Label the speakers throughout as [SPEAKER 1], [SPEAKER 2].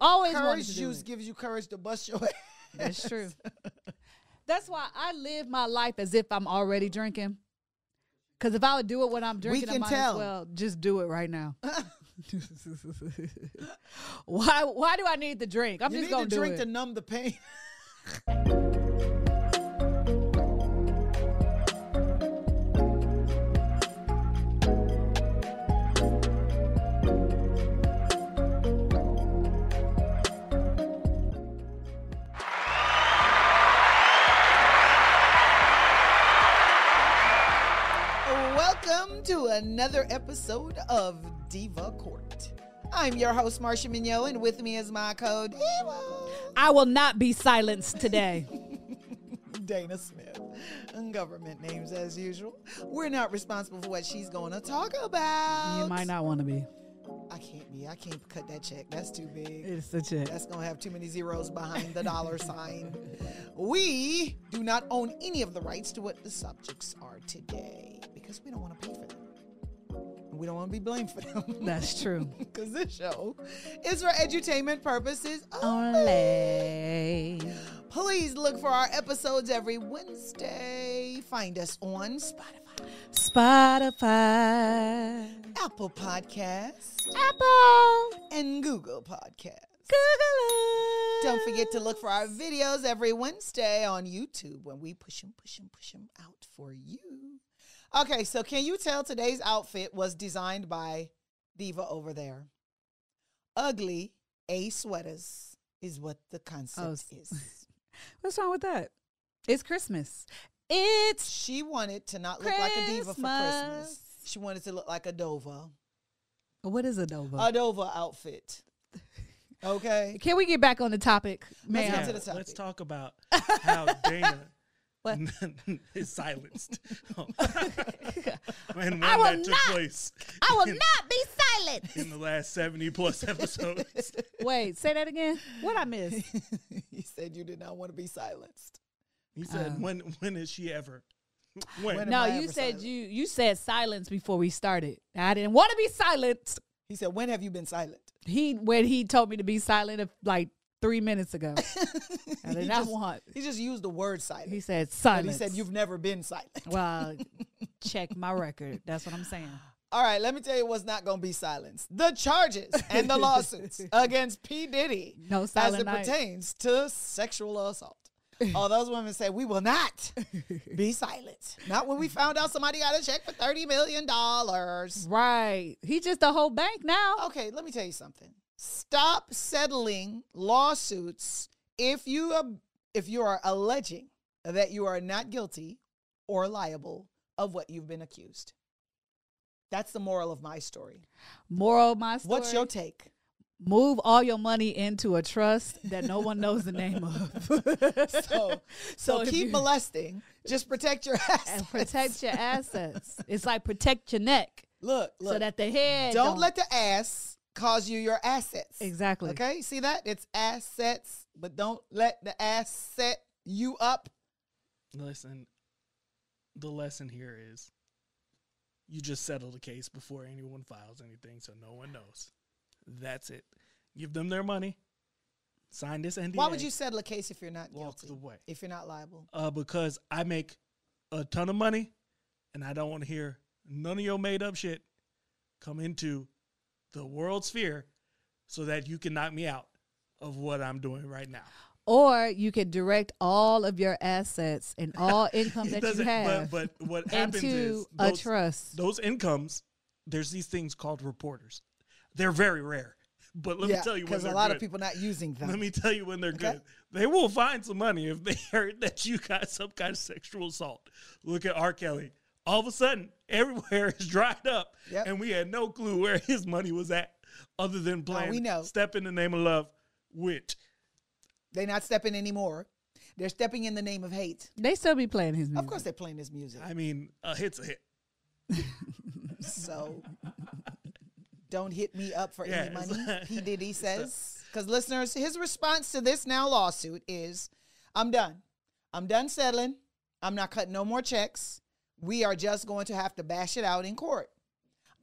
[SPEAKER 1] always wanted
[SPEAKER 2] Courage
[SPEAKER 1] to do
[SPEAKER 2] juice
[SPEAKER 1] it.
[SPEAKER 2] gives you courage to bust your ass.
[SPEAKER 1] That's true. That's why I live my life as if I'm already drinking. Because if I would do it when I'm drinking, I
[SPEAKER 2] can
[SPEAKER 1] might as
[SPEAKER 2] tell.
[SPEAKER 1] well just do it right now. why? Why do I need the drink? I'm
[SPEAKER 2] you
[SPEAKER 1] just
[SPEAKER 2] need
[SPEAKER 1] gonna
[SPEAKER 2] to
[SPEAKER 1] do
[SPEAKER 2] drink
[SPEAKER 1] it.
[SPEAKER 2] to numb the pain. Welcome to another episode of Diva Court. I'm your host, Marcia Mignot, and with me is my co-diva,
[SPEAKER 1] I will not be silenced today.
[SPEAKER 2] Dana Smith. Government names as usual. We're not responsible for what she's going to talk about.
[SPEAKER 1] you might not want to be.
[SPEAKER 2] I can't be. I can't cut that check. That's too big.
[SPEAKER 1] It's the chick.
[SPEAKER 2] That's going to have too many zeros behind the dollar sign. We do not own any of the rights to what the subjects are today because we don't want to pay for them. And we don't want to be blamed for them.
[SPEAKER 1] That's true.
[SPEAKER 2] Because this show is for edutainment purposes only.
[SPEAKER 1] Only.
[SPEAKER 2] Please look for our episodes every Wednesday. Find us on Spotify,
[SPEAKER 1] Spotify.
[SPEAKER 2] Apple Podcasts,
[SPEAKER 1] Apple.
[SPEAKER 2] and Google Podcasts.
[SPEAKER 1] Google.
[SPEAKER 2] Don't forget to look for our videos every Wednesday on YouTube when we push them, push them, push them out for you. Okay, so can you tell today's outfit was designed by Diva over there? Ugly A sweaters is what the concept
[SPEAKER 1] Oh, s-
[SPEAKER 2] is.
[SPEAKER 1] What's wrong with that? It's Christmas. It's
[SPEAKER 2] She wanted to not look like a diva for Christmas.
[SPEAKER 1] Christmas.
[SPEAKER 2] She wanted to look like a Dova.
[SPEAKER 1] what is a Nova?
[SPEAKER 2] A Dova outfit. Okay.
[SPEAKER 1] Uh, Can we get back on the topic,
[SPEAKER 2] Let's get
[SPEAKER 1] ma'am?
[SPEAKER 2] to the
[SPEAKER 3] Let's
[SPEAKER 2] topic.
[SPEAKER 3] talk about how Dana
[SPEAKER 1] What?
[SPEAKER 3] is silenced. and when
[SPEAKER 1] I will
[SPEAKER 3] that took
[SPEAKER 1] not-
[SPEAKER 3] place
[SPEAKER 1] I will
[SPEAKER 3] in,
[SPEAKER 1] not be silent.
[SPEAKER 3] in the last 70 plus episodes.
[SPEAKER 1] Wait, say that again. What I miss?
[SPEAKER 2] he said you did not want to be silenced.
[SPEAKER 3] He said, when when is she ever?
[SPEAKER 2] Um,
[SPEAKER 3] When?
[SPEAKER 2] When- Am
[SPEAKER 1] No,
[SPEAKER 2] I
[SPEAKER 1] you
[SPEAKER 2] ever
[SPEAKER 1] said
[SPEAKER 2] silent?
[SPEAKER 1] you you said silence before we started. I didn't want to be silent.
[SPEAKER 2] He said, When have you been silent?
[SPEAKER 1] He when he told me to be silent uh, like three minutes ago. I did
[SPEAKER 2] He
[SPEAKER 1] not
[SPEAKER 2] just-
[SPEAKER 1] want.
[SPEAKER 2] He just used the word silent.
[SPEAKER 1] He said
[SPEAKER 2] but he
[SPEAKER 1] silence.
[SPEAKER 2] said, You've never been silent.
[SPEAKER 1] well check my record. That's what I'm saying.
[SPEAKER 2] All right, let me tell you what's not going to be silenced the charges and the lawsuits against P. Diddy
[SPEAKER 1] No
[SPEAKER 2] as
[SPEAKER 1] silent
[SPEAKER 2] it
[SPEAKER 1] night.
[SPEAKER 2] pertains to sexual assault. All those women say, We will not be silent. Not when we found out somebody got a check for $30 million.
[SPEAKER 1] Right. He just a whole bank now.
[SPEAKER 2] Okay, let me tell you something. Stop settling lawsuits if you are, if you are alleging that you are not guilty or liable of what you've been accused. That's the moral of my story.
[SPEAKER 1] Moral of my story.
[SPEAKER 2] What's your take?
[SPEAKER 1] move all your money into a trust that no one knows the name of.
[SPEAKER 2] So, so,
[SPEAKER 1] if
[SPEAKER 2] keep
[SPEAKER 1] you-
[SPEAKER 2] molesting. Just protect your ass.
[SPEAKER 1] and protect your assets. It's like protect your neck
[SPEAKER 2] Look, look.
[SPEAKER 1] so that the head
[SPEAKER 2] don't, let the ass cause you your assets.
[SPEAKER 1] exactly.
[SPEAKER 2] Okay, see that? It's assets, but don't let the ass set you up.
[SPEAKER 3] Listen, the lesson here is you just settle the case before anyone files anything so no one knows. That's it. Give them their money. Sign this NDA.
[SPEAKER 2] Why would you settle a case if you're not
[SPEAKER 3] Walk
[SPEAKER 2] guilty?
[SPEAKER 3] the way.
[SPEAKER 2] If you're not liable.
[SPEAKER 3] uh, because I make a ton of money and I don't want to hear none of your made up shit come into the world sphere so that you can knock me out of what I'm doing right now.
[SPEAKER 1] Or you can direct all of your assets and all income
[SPEAKER 3] It
[SPEAKER 1] that you
[SPEAKER 3] doesn't-
[SPEAKER 1] have
[SPEAKER 3] but, but what happens
[SPEAKER 1] into
[SPEAKER 3] is
[SPEAKER 1] a
[SPEAKER 3] those,
[SPEAKER 1] trust.
[SPEAKER 3] those incomes, there's these things called reporters. They're very rare. But let me tell you when
[SPEAKER 2] because a
[SPEAKER 3] they're
[SPEAKER 2] lot
[SPEAKER 3] good.
[SPEAKER 2] of people not using them.
[SPEAKER 3] Let me tell you when they're
[SPEAKER 2] Okay.
[SPEAKER 3] good. They will find some money if they heard that you got some kind of sexual assault. Look at R. Kelly. All of a sudden, everywhere is dried up,
[SPEAKER 2] Yep. Oh,
[SPEAKER 3] and we had no clue where his money was at, other than playing
[SPEAKER 2] we know.
[SPEAKER 3] "Step in the Name of Love," which
[SPEAKER 2] They're not stepping anymore. They're stepping in the name of hate.
[SPEAKER 1] they still be playing his music.
[SPEAKER 2] Of course, they're playing this music.
[SPEAKER 3] I mean, a hit's a hit.
[SPEAKER 2] So don't hit me up for
[SPEAKER 3] Yeah,
[SPEAKER 2] any
[SPEAKER 3] it's
[SPEAKER 2] money,
[SPEAKER 3] like-
[SPEAKER 2] P. Diddy says. Because listeners, his response to this now lawsuit is I'm done. I'm done settling. I'm not cutting no more checks. We are just going to have to bash it out in court.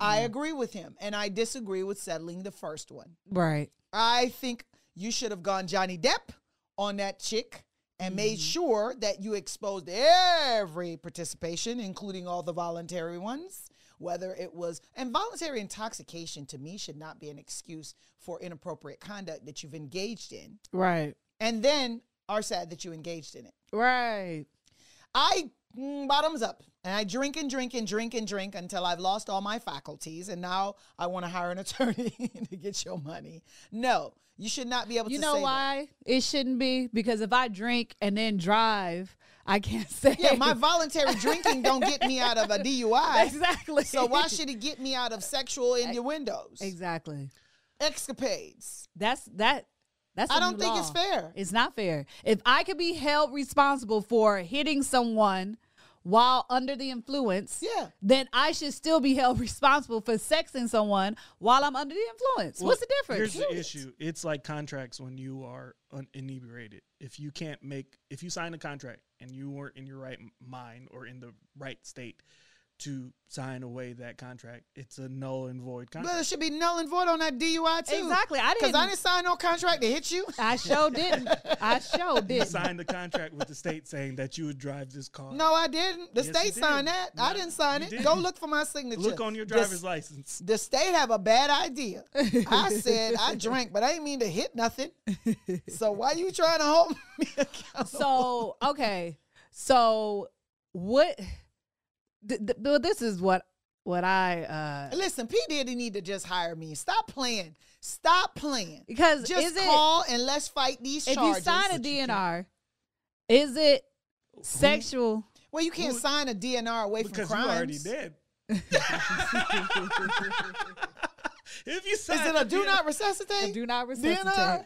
[SPEAKER 3] Mm.
[SPEAKER 2] I agree with him, and I disagree with settling the first one.
[SPEAKER 1] Right.
[SPEAKER 2] I think you should have gone Johnny Depp on that chick and made
[SPEAKER 1] Mm-hmm.
[SPEAKER 2] sure that you exposed every participation, including all the voluntary ones. Whether it was, and voluntary intoxication to me should not be an excuse for inappropriate conduct that you've engaged in
[SPEAKER 1] Right.
[SPEAKER 2] and then are sad that you engaged in it.
[SPEAKER 1] Right.
[SPEAKER 2] I mm, bottoms up and I drink and drink and drink and drink until I've lost all my faculties and now I want to hire an attorney to get your money. No, you should not be able
[SPEAKER 1] You
[SPEAKER 2] to
[SPEAKER 1] know
[SPEAKER 2] say that.
[SPEAKER 1] why it shouldn't be? Because if I drink and then drive, I can't say.
[SPEAKER 2] Yeah, my voluntary drinking don't get me out of a DUI.
[SPEAKER 1] exactly.
[SPEAKER 2] So why should it get me out of sexual innuendos,
[SPEAKER 1] exactly?
[SPEAKER 2] escapades?
[SPEAKER 1] That's that. That's. I
[SPEAKER 2] I don't think it's fair.
[SPEAKER 1] It's not fair. If I could be held responsible for hitting someone while under the influence,
[SPEAKER 2] Yeah.
[SPEAKER 1] then I should still be held responsible for sexing someone while I'm under the influence.
[SPEAKER 3] Well,
[SPEAKER 1] What's the difference?
[SPEAKER 3] Here's the
[SPEAKER 1] Period.
[SPEAKER 3] issue. It's like contracts when you are un- inebriated. If you can't make, if you sign a contract and you weren't in your right m- mind or in the right state to sign away that contract, it's a null and void
[SPEAKER 2] But it
[SPEAKER 3] contract.
[SPEAKER 2] should be null and void on that DUI too.
[SPEAKER 1] Exactly. I
[SPEAKER 2] Because
[SPEAKER 1] didn't.
[SPEAKER 2] I didn't sign no contract to hit you.
[SPEAKER 1] I sure didn't. I sure
[SPEAKER 3] You
[SPEAKER 1] didn't.
[SPEAKER 3] signed a contract with the state saying that you would drive this car.
[SPEAKER 2] No, I didn't. The
[SPEAKER 3] Yes, you
[SPEAKER 2] state signed
[SPEAKER 3] did.
[SPEAKER 2] that. I
[SPEAKER 3] No,
[SPEAKER 2] didn't sign
[SPEAKER 3] you
[SPEAKER 2] it. Go
[SPEAKER 3] didn't.
[SPEAKER 2] look for my signature.
[SPEAKER 3] Look on your
[SPEAKER 2] The
[SPEAKER 3] driver's
[SPEAKER 2] s-
[SPEAKER 3] license.
[SPEAKER 2] The state have a bad idea. I said I drank, but I didn't mean to hit nothing. So why you trying to hold me accountable?
[SPEAKER 1] So okay, so what? Th- th- well, this is what what I uh
[SPEAKER 2] Listen, P Diddy need to just hire me. Stop playing. Stop playing.
[SPEAKER 1] because
[SPEAKER 2] Just
[SPEAKER 1] is it
[SPEAKER 2] call and let's fight these
[SPEAKER 1] if you
[SPEAKER 2] charges.
[SPEAKER 1] sign a DNR, is it sexual?
[SPEAKER 2] well, you can't sign a DNR away from
[SPEAKER 3] because
[SPEAKER 2] crimes.
[SPEAKER 3] you already dead. if you
[SPEAKER 2] Is
[SPEAKER 3] sign
[SPEAKER 2] it a do
[SPEAKER 3] DNR
[SPEAKER 2] not resuscitate?
[SPEAKER 1] Do not resuscitate.
[SPEAKER 2] DNR.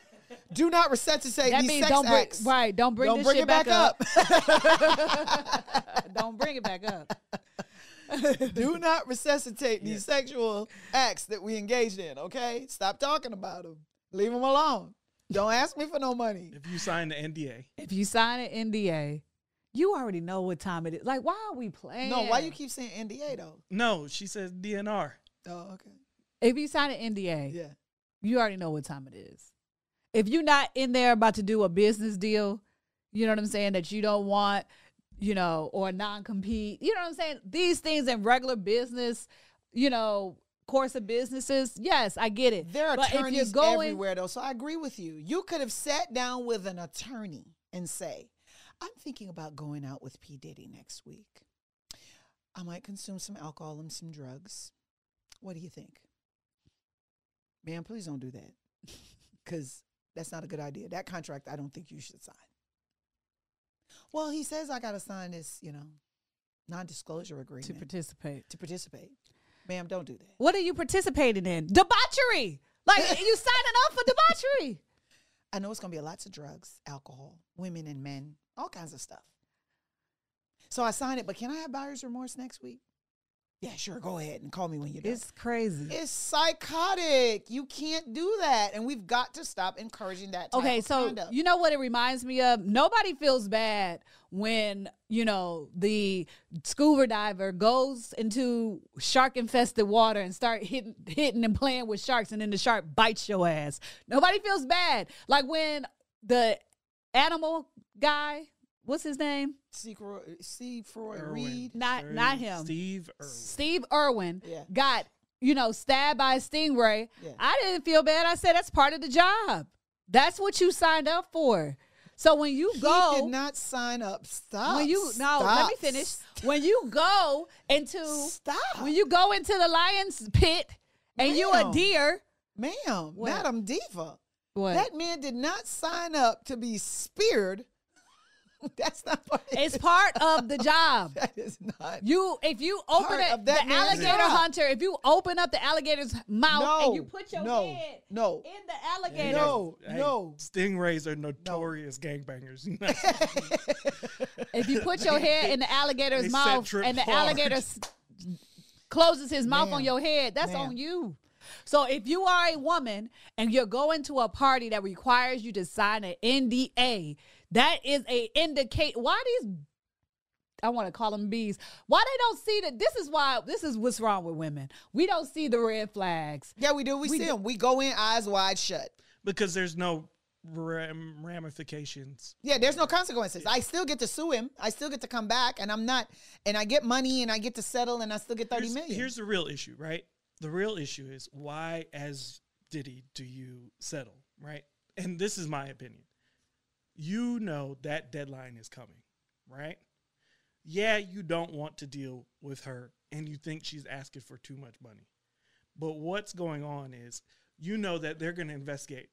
[SPEAKER 2] Do not resuscitate
[SPEAKER 1] That
[SPEAKER 2] these
[SPEAKER 1] means
[SPEAKER 2] sex
[SPEAKER 1] don't bring
[SPEAKER 2] acts.
[SPEAKER 1] right. Don't bring
[SPEAKER 2] Don't
[SPEAKER 1] this
[SPEAKER 2] bring
[SPEAKER 1] shit
[SPEAKER 2] it back up.
[SPEAKER 1] don't bring it back up.
[SPEAKER 2] do not resuscitate these sexual acts that we engaged in, okay? Stop talking about them. Leave them alone. Don't ask me for no money.
[SPEAKER 3] if you sign the NDA,
[SPEAKER 1] If you sign an NDA, you already know what time it is. Like, why are we playing?
[SPEAKER 2] No, why you keep saying NDA though?
[SPEAKER 3] no, she says DNR.
[SPEAKER 2] Oh, okay.
[SPEAKER 1] If you sign an NDA,
[SPEAKER 2] Yeah.
[SPEAKER 1] you already know what time it is. If you're not in there about to do a business deal, you know what I'm saying, that you don't want, you know, or non compete, you know what I'm saying? These things in regular business, you know, course of businesses, yes, I get it.
[SPEAKER 2] There are
[SPEAKER 1] But if you're
[SPEAKER 2] attorneys
[SPEAKER 1] going-
[SPEAKER 2] everywhere though, so I agree with you. You could have sat down with an attorney and say, I'm thinking about going out with P. Diddy next week. I might consume some alcohol and some drugs. What do you think? Man, please don't do that. Because that's not a good idea. That contract, I don't think you should sign. Well, he says I got to sign this, you know, non disclosure agreement
[SPEAKER 1] to participate.
[SPEAKER 2] to participate. Ma'am, don't do that.
[SPEAKER 1] What are you participating in? Debauchery. Like you signing up for debauchery.
[SPEAKER 2] I know it's going to be lots of drugs, alcohol, women and men, all kinds of stuff. So I signed it, but can I have buyer's remorse next week? Yeah, sure. Go ahead and call me when you're done. It's,
[SPEAKER 1] It's crazy.
[SPEAKER 2] psychotic. You can't do that, and we've got to stop encouraging that. Type
[SPEAKER 1] Okay,
[SPEAKER 2] of
[SPEAKER 1] so
[SPEAKER 2] conduct.
[SPEAKER 1] you know what it reminds me of? Nobody feels bad when, you know, the scuba diver goes into shark infested water and start hitting hitting and playing with sharks and then the shark bites your ass. Nobody feels bad. Like when the animal guy, what's his name?
[SPEAKER 2] see, Fro- see Freud
[SPEAKER 3] Irwin.
[SPEAKER 2] Reed.
[SPEAKER 1] Not
[SPEAKER 3] Irwin.
[SPEAKER 1] not him.
[SPEAKER 3] Steve Irwin.
[SPEAKER 1] Steve Irwin
[SPEAKER 2] Yeah.
[SPEAKER 1] got, you know, stabbed by a stingray.
[SPEAKER 2] Yeah.
[SPEAKER 1] I didn't feel bad. I said that's part of the job. That's what you signed up for. So when you go
[SPEAKER 2] He did not sign up. Stop.
[SPEAKER 1] when you no, let me
[SPEAKER 2] stop,
[SPEAKER 1] finish. When you go into
[SPEAKER 2] Stop.
[SPEAKER 1] when you go into the lion's pit and you
[SPEAKER 2] Ma'am.
[SPEAKER 1] a deer,
[SPEAKER 2] Ma'am,
[SPEAKER 1] What?
[SPEAKER 2] Madam Diva.
[SPEAKER 1] what?
[SPEAKER 2] That man did not sign up to be speared. That's not part of
[SPEAKER 1] it's part of the job.
[SPEAKER 2] That is not.
[SPEAKER 1] You if you open
[SPEAKER 2] Part
[SPEAKER 1] up
[SPEAKER 2] of that
[SPEAKER 1] the
[SPEAKER 2] man's
[SPEAKER 1] alligator
[SPEAKER 2] job.
[SPEAKER 1] hunter, if you open up the alligator's mouth and you put your
[SPEAKER 2] no,
[SPEAKER 1] head
[SPEAKER 2] no.
[SPEAKER 1] in the alligator,
[SPEAKER 2] No, no.
[SPEAKER 3] Stingrays are notorious gangbangers. You know?
[SPEAKER 1] if you put your head in the
[SPEAKER 3] They
[SPEAKER 1] alligator's
[SPEAKER 3] set
[SPEAKER 1] mouth
[SPEAKER 3] trip
[SPEAKER 1] and the
[SPEAKER 3] hard.
[SPEAKER 1] alligator s- closes his mouth
[SPEAKER 2] Ma'am.
[SPEAKER 1] on your head, that's
[SPEAKER 2] Ma'am.
[SPEAKER 1] on you. So if you are a woman and you're going to a party that requires you to sign an NDA, that is a indicate why these I want to call them bees. Why they don't see that this is why this is what's wrong with women. We don't see the red flags.
[SPEAKER 2] Yeah, we do. We, see him. We go in eyes wide shut.
[SPEAKER 3] because there's no ram- ramifications.
[SPEAKER 2] Yeah, there's no consequences. I still get to sue him. I still get to come back, and I'm not. And I get money, and I get to settle, and I still get thirty
[SPEAKER 3] here's,
[SPEAKER 2] million.
[SPEAKER 3] here's the real issue, right? The real issue is why, as Diddy, do you settle, right? And this is my opinion. You know that deadline is coming, right? Yeah, you don't want to deal with her and you think she's asking for too much money. But what's going on is you know that they're going to investigate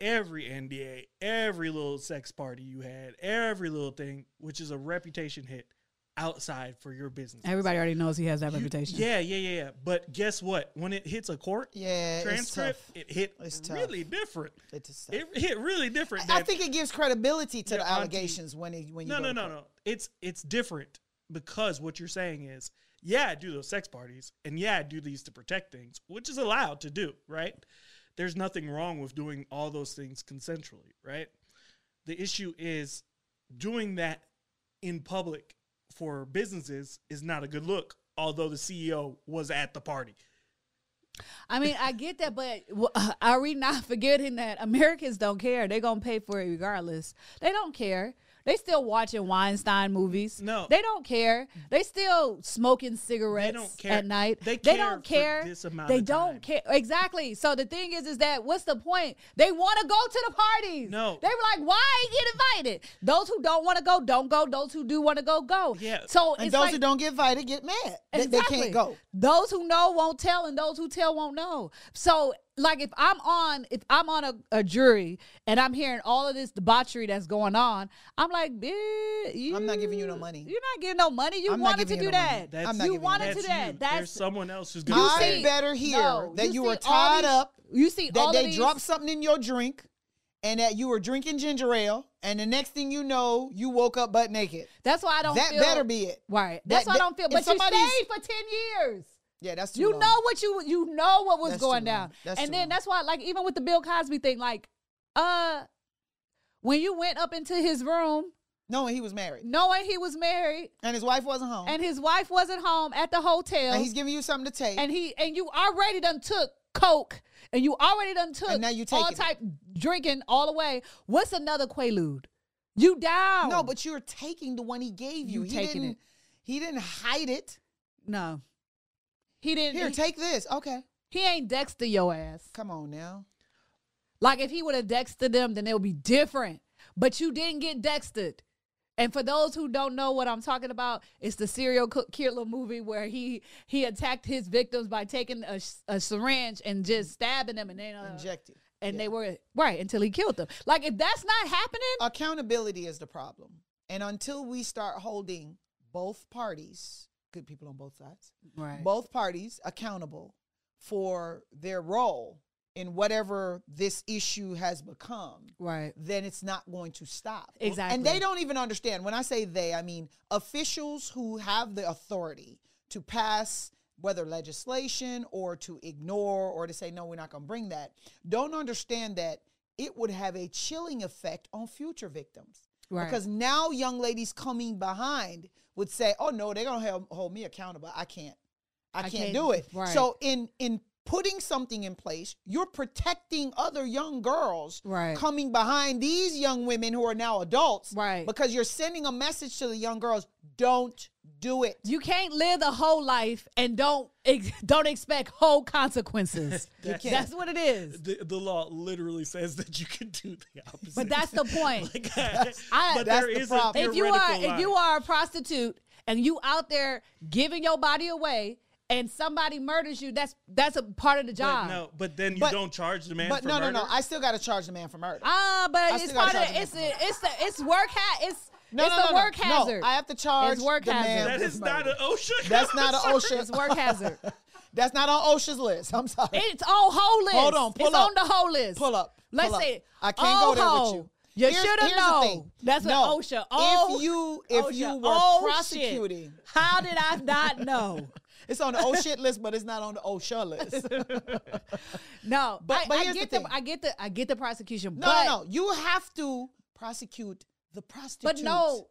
[SPEAKER 3] every NDA, every little sex party you had, every little thing, which is a reputation hit outside for your business.
[SPEAKER 1] Everybody already knows he has that
[SPEAKER 3] You-
[SPEAKER 1] reputation.
[SPEAKER 3] Yeah, yeah, yeah, yeah. But guess what? When it hits a court
[SPEAKER 2] yeah,
[SPEAKER 3] transcript,
[SPEAKER 2] it's tough.
[SPEAKER 3] it hit
[SPEAKER 2] It's tough.
[SPEAKER 3] really different.
[SPEAKER 2] It's just tough.
[SPEAKER 3] It hit really different.
[SPEAKER 2] I, I
[SPEAKER 3] than-
[SPEAKER 2] think it gives credibility to
[SPEAKER 3] Your
[SPEAKER 2] the
[SPEAKER 3] auntie-
[SPEAKER 2] allegations when it, when you
[SPEAKER 3] no,
[SPEAKER 2] go
[SPEAKER 3] no,
[SPEAKER 2] to
[SPEAKER 3] no,
[SPEAKER 2] court.
[SPEAKER 3] no. It's it's different because what you're saying is, yeah, I do those sex parties, and yeah, I do these to protect things, which is allowed to do, right? There's nothing wrong with doing all those things consensually, right? The issue is doing that in public for businesses is not a good look. Although the CEO was at the party,
[SPEAKER 1] I mean, I get that, but w- are we not forgetting that Americans don't care? They're going to pay for it regardless. They don't care. They still watching Weinstein movies.
[SPEAKER 3] No.
[SPEAKER 1] They don't care. They still smoking cigarettes
[SPEAKER 3] care.
[SPEAKER 1] at night.
[SPEAKER 3] They care
[SPEAKER 1] don't
[SPEAKER 3] for
[SPEAKER 1] care.
[SPEAKER 3] this amount
[SPEAKER 1] they
[SPEAKER 3] of
[SPEAKER 1] don't
[SPEAKER 3] time.
[SPEAKER 1] care. Exactly. So the thing is, is that what's the point? They want to go to the parties.
[SPEAKER 3] No.
[SPEAKER 1] They were like, why get invited? Those who don't want to go, don't go. Those who do want to go, go.
[SPEAKER 3] Yeah.
[SPEAKER 1] So
[SPEAKER 2] And
[SPEAKER 1] it's
[SPEAKER 2] those
[SPEAKER 1] like,
[SPEAKER 2] who don't get invited get mad. They- They, can't go.
[SPEAKER 1] those who know won't tell, and those who tell won't know. So, like, if I'm on, if I'm on a, a jury and I'm hearing all of this debauchery that's going on, I'm like, bitch, you,
[SPEAKER 2] I'm not giving you no money.
[SPEAKER 1] You're not getting no money. You
[SPEAKER 2] I'm not
[SPEAKER 1] wanted to
[SPEAKER 2] giving
[SPEAKER 1] do
[SPEAKER 2] you no money.
[SPEAKER 1] that.
[SPEAKER 3] That's- I'm
[SPEAKER 2] not
[SPEAKER 1] you
[SPEAKER 2] giving you
[SPEAKER 1] wanted
[SPEAKER 3] that's
[SPEAKER 1] to do
[SPEAKER 3] you.
[SPEAKER 1] that. That's
[SPEAKER 3] There's someone else who's
[SPEAKER 2] I
[SPEAKER 3] going to
[SPEAKER 2] see- better hear
[SPEAKER 1] no,
[SPEAKER 2] that you were
[SPEAKER 1] see all
[SPEAKER 2] tied
[SPEAKER 1] these-
[SPEAKER 2] up,
[SPEAKER 1] You see all
[SPEAKER 2] That
[SPEAKER 1] of
[SPEAKER 2] they
[SPEAKER 1] these,
[SPEAKER 2] dropped something in your drink, and that you were drinking ginger ale, and the next thing you know, you woke up butt naked.
[SPEAKER 1] That's why I don't.
[SPEAKER 2] That
[SPEAKER 1] feel,
[SPEAKER 2] better be it.
[SPEAKER 1] right. That's
[SPEAKER 2] that-
[SPEAKER 1] why I don't feel.
[SPEAKER 2] if
[SPEAKER 1] But you
[SPEAKER 2] somebody's-
[SPEAKER 1] stayed for ten years.
[SPEAKER 2] Yeah, that's too
[SPEAKER 1] You
[SPEAKER 2] long.
[SPEAKER 1] know what you you know what was
[SPEAKER 2] That's too
[SPEAKER 1] going
[SPEAKER 2] long.
[SPEAKER 1] down.
[SPEAKER 2] That's too
[SPEAKER 1] and then
[SPEAKER 2] long.
[SPEAKER 1] that's why like even with the Bill Cosby thing, like uh when you went up into his room
[SPEAKER 2] Knowing he was married
[SPEAKER 1] knowing he was married
[SPEAKER 2] and his wife wasn't home, and,
[SPEAKER 1] and his wife wasn't home at the hotel
[SPEAKER 2] Oh. he's giving you something to take.
[SPEAKER 1] and he and you already done took coke and you already done took
[SPEAKER 2] And now you
[SPEAKER 1] all
[SPEAKER 2] taking it.
[SPEAKER 1] type drinking all the way. What's another quaalude? You down?
[SPEAKER 2] no, but you're taking the one he gave
[SPEAKER 1] You
[SPEAKER 2] you. he
[SPEAKER 1] taking
[SPEAKER 2] didn't.
[SPEAKER 1] it.
[SPEAKER 2] He didn't hide it.
[SPEAKER 1] no. He didn't.
[SPEAKER 2] Here,
[SPEAKER 1] he,
[SPEAKER 2] take this. Okay,
[SPEAKER 1] he ain't Dexter your ass.
[SPEAKER 2] come on now.
[SPEAKER 1] Like if he would have dexted them, then it would be different. But you didn't get dexted. And for those who don't know what I'm talking about, it's the serial cu- killer movie where he he attacked his victims by taking a, s- a syringe and just stabbing them, and then uh,
[SPEAKER 2] Inject it.
[SPEAKER 1] and
[SPEAKER 2] Yeah.
[SPEAKER 1] they were right until he killed them. Like if that's not happening,
[SPEAKER 2] accountability is the problem. And until we start holding both parties, good people on both sides,
[SPEAKER 1] right?
[SPEAKER 2] both parties accountable for their role in whatever this issue has become,
[SPEAKER 1] right,
[SPEAKER 2] then it's not going to stop.
[SPEAKER 1] exactly.
[SPEAKER 2] And they don't even understand. When I say they, I mean officials who have the authority to pass whether legislation or to ignore or to say, no, we're not going to bring that, don't understand that it would have a chilling effect on future victims.
[SPEAKER 1] Right.
[SPEAKER 2] Because now young ladies coming behind would say, oh, no, they're going to hold, hold me accountable. I can't. I, can't,
[SPEAKER 1] can't-
[SPEAKER 2] do it.
[SPEAKER 1] right.
[SPEAKER 2] So in in putting something in place, you're protecting other young girls
[SPEAKER 1] Right.
[SPEAKER 2] coming behind these young women who are now adults
[SPEAKER 1] Right.
[SPEAKER 2] because you're sending a message to the young girls don't do it
[SPEAKER 1] you can't live the whole life and don't ex- don't expect whole consequences.
[SPEAKER 2] You can't.
[SPEAKER 1] That's what it is.
[SPEAKER 3] the, the law literally says that you can do the opposite.
[SPEAKER 1] But that's the point.
[SPEAKER 3] Like,
[SPEAKER 1] I-
[SPEAKER 3] but
[SPEAKER 1] That's
[SPEAKER 3] there
[SPEAKER 2] the
[SPEAKER 3] is a
[SPEAKER 2] problem.
[SPEAKER 1] if you are
[SPEAKER 3] theoretical
[SPEAKER 1] if you
[SPEAKER 3] line.
[SPEAKER 1] are a prostitute and you out there giving your body away and somebody murders you that's that's a part of the
[SPEAKER 3] But
[SPEAKER 1] job
[SPEAKER 3] no, but then you
[SPEAKER 2] But-
[SPEAKER 3] don't charge the man
[SPEAKER 2] but
[SPEAKER 3] for
[SPEAKER 2] no
[SPEAKER 3] murder.
[SPEAKER 2] no no i still got to charge the man for murder
[SPEAKER 1] ah but
[SPEAKER 2] I
[SPEAKER 1] it's
[SPEAKER 2] still gotta
[SPEAKER 1] part of
[SPEAKER 2] charge
[SPEAKER 1] it's
[SPEAKER 2] them.
[SPEAKER 1] a, it's a, it's work ha- it's
[SPEAKER 2] no
[SPEAKER 1] it's
[SPEAKER 2] no
[SPEAKER 1] a
[SPEAKER 2] no,
[SPEAKER 1] work
[SPEAKER 2] no.
[SPEAKER 1] hazard
[SPEAKER 2] no i have to charge
[SPEAKER 1] work
[SPEAKER 2] the man
[SPEAKER 1] hazard.
[SPEAKER 3] that
[SPEAKER 2] with
[SPEAKER 3] is not oh,
[SPEAKER 2] murder.
[SPEAKER 3] an OSHA.
[SPEAKER 2] that's not an
[SPEAKER 1] it's
[SPEAKER 2] OSHA.
[SPEAKER 1] work hazard
[SPEAKER 2] That's not on OSHA's list. I'm sorry.
[SPEAKER 1] it's on whole list
[SPEAKER 2] Hold on, pull
[SPEAKER 1] it's
[SPEAKER 2] up.
[SPEAKER 1] on the whole list
[SPEAKER 2] Pull up.
[SPEAKER 1] let's
[SPEAKER 2] pull up.
[SPEAKER 1] say oh,
[SPEAKER 2] I can't go there with you.
[SPEAKER 1] you
[SPEAKER 2] Here's-
[SPEAKER 1] should
[SPEAKER 2] here's
[SPEAKER 1] have
[SPEAKER 2] the
[SPEAKER 1] known
[SPEAKER 2] thing.
[SPEAKER 1] that's what
[SPEAKER 2] No.
[SPEAKER 1] OSHA oh
[SPEAKER 2] if you if
[SPEAKER 1] OSHA.
[SPEAKER 2] you were
[SPEAKER 1] Oh, shit.
[SPEAKER 2] prosecuting,
[SPEAKER 1] how did I not know
[SPEAKER 2] it's on the oh shit list, but it's not on the OSHA list.
[SPEAKER 1] no
[SPEAKER 2] But-
[SPEAKER 1] I,
[SPEAKER 2] but
[SPEAKER 1] I
[SPEAKER 2] here's the
[SPEAKER 1] get
[SPEAKER 2] thing.
[SPEAKER 1] I get the I get the prosecution
[SPEAKER 2] No,
[SPEAKER 1] but
[SPEAKER 2] no, no. You have to prosecute the prostitutes.
[SPEAKER 1] But no,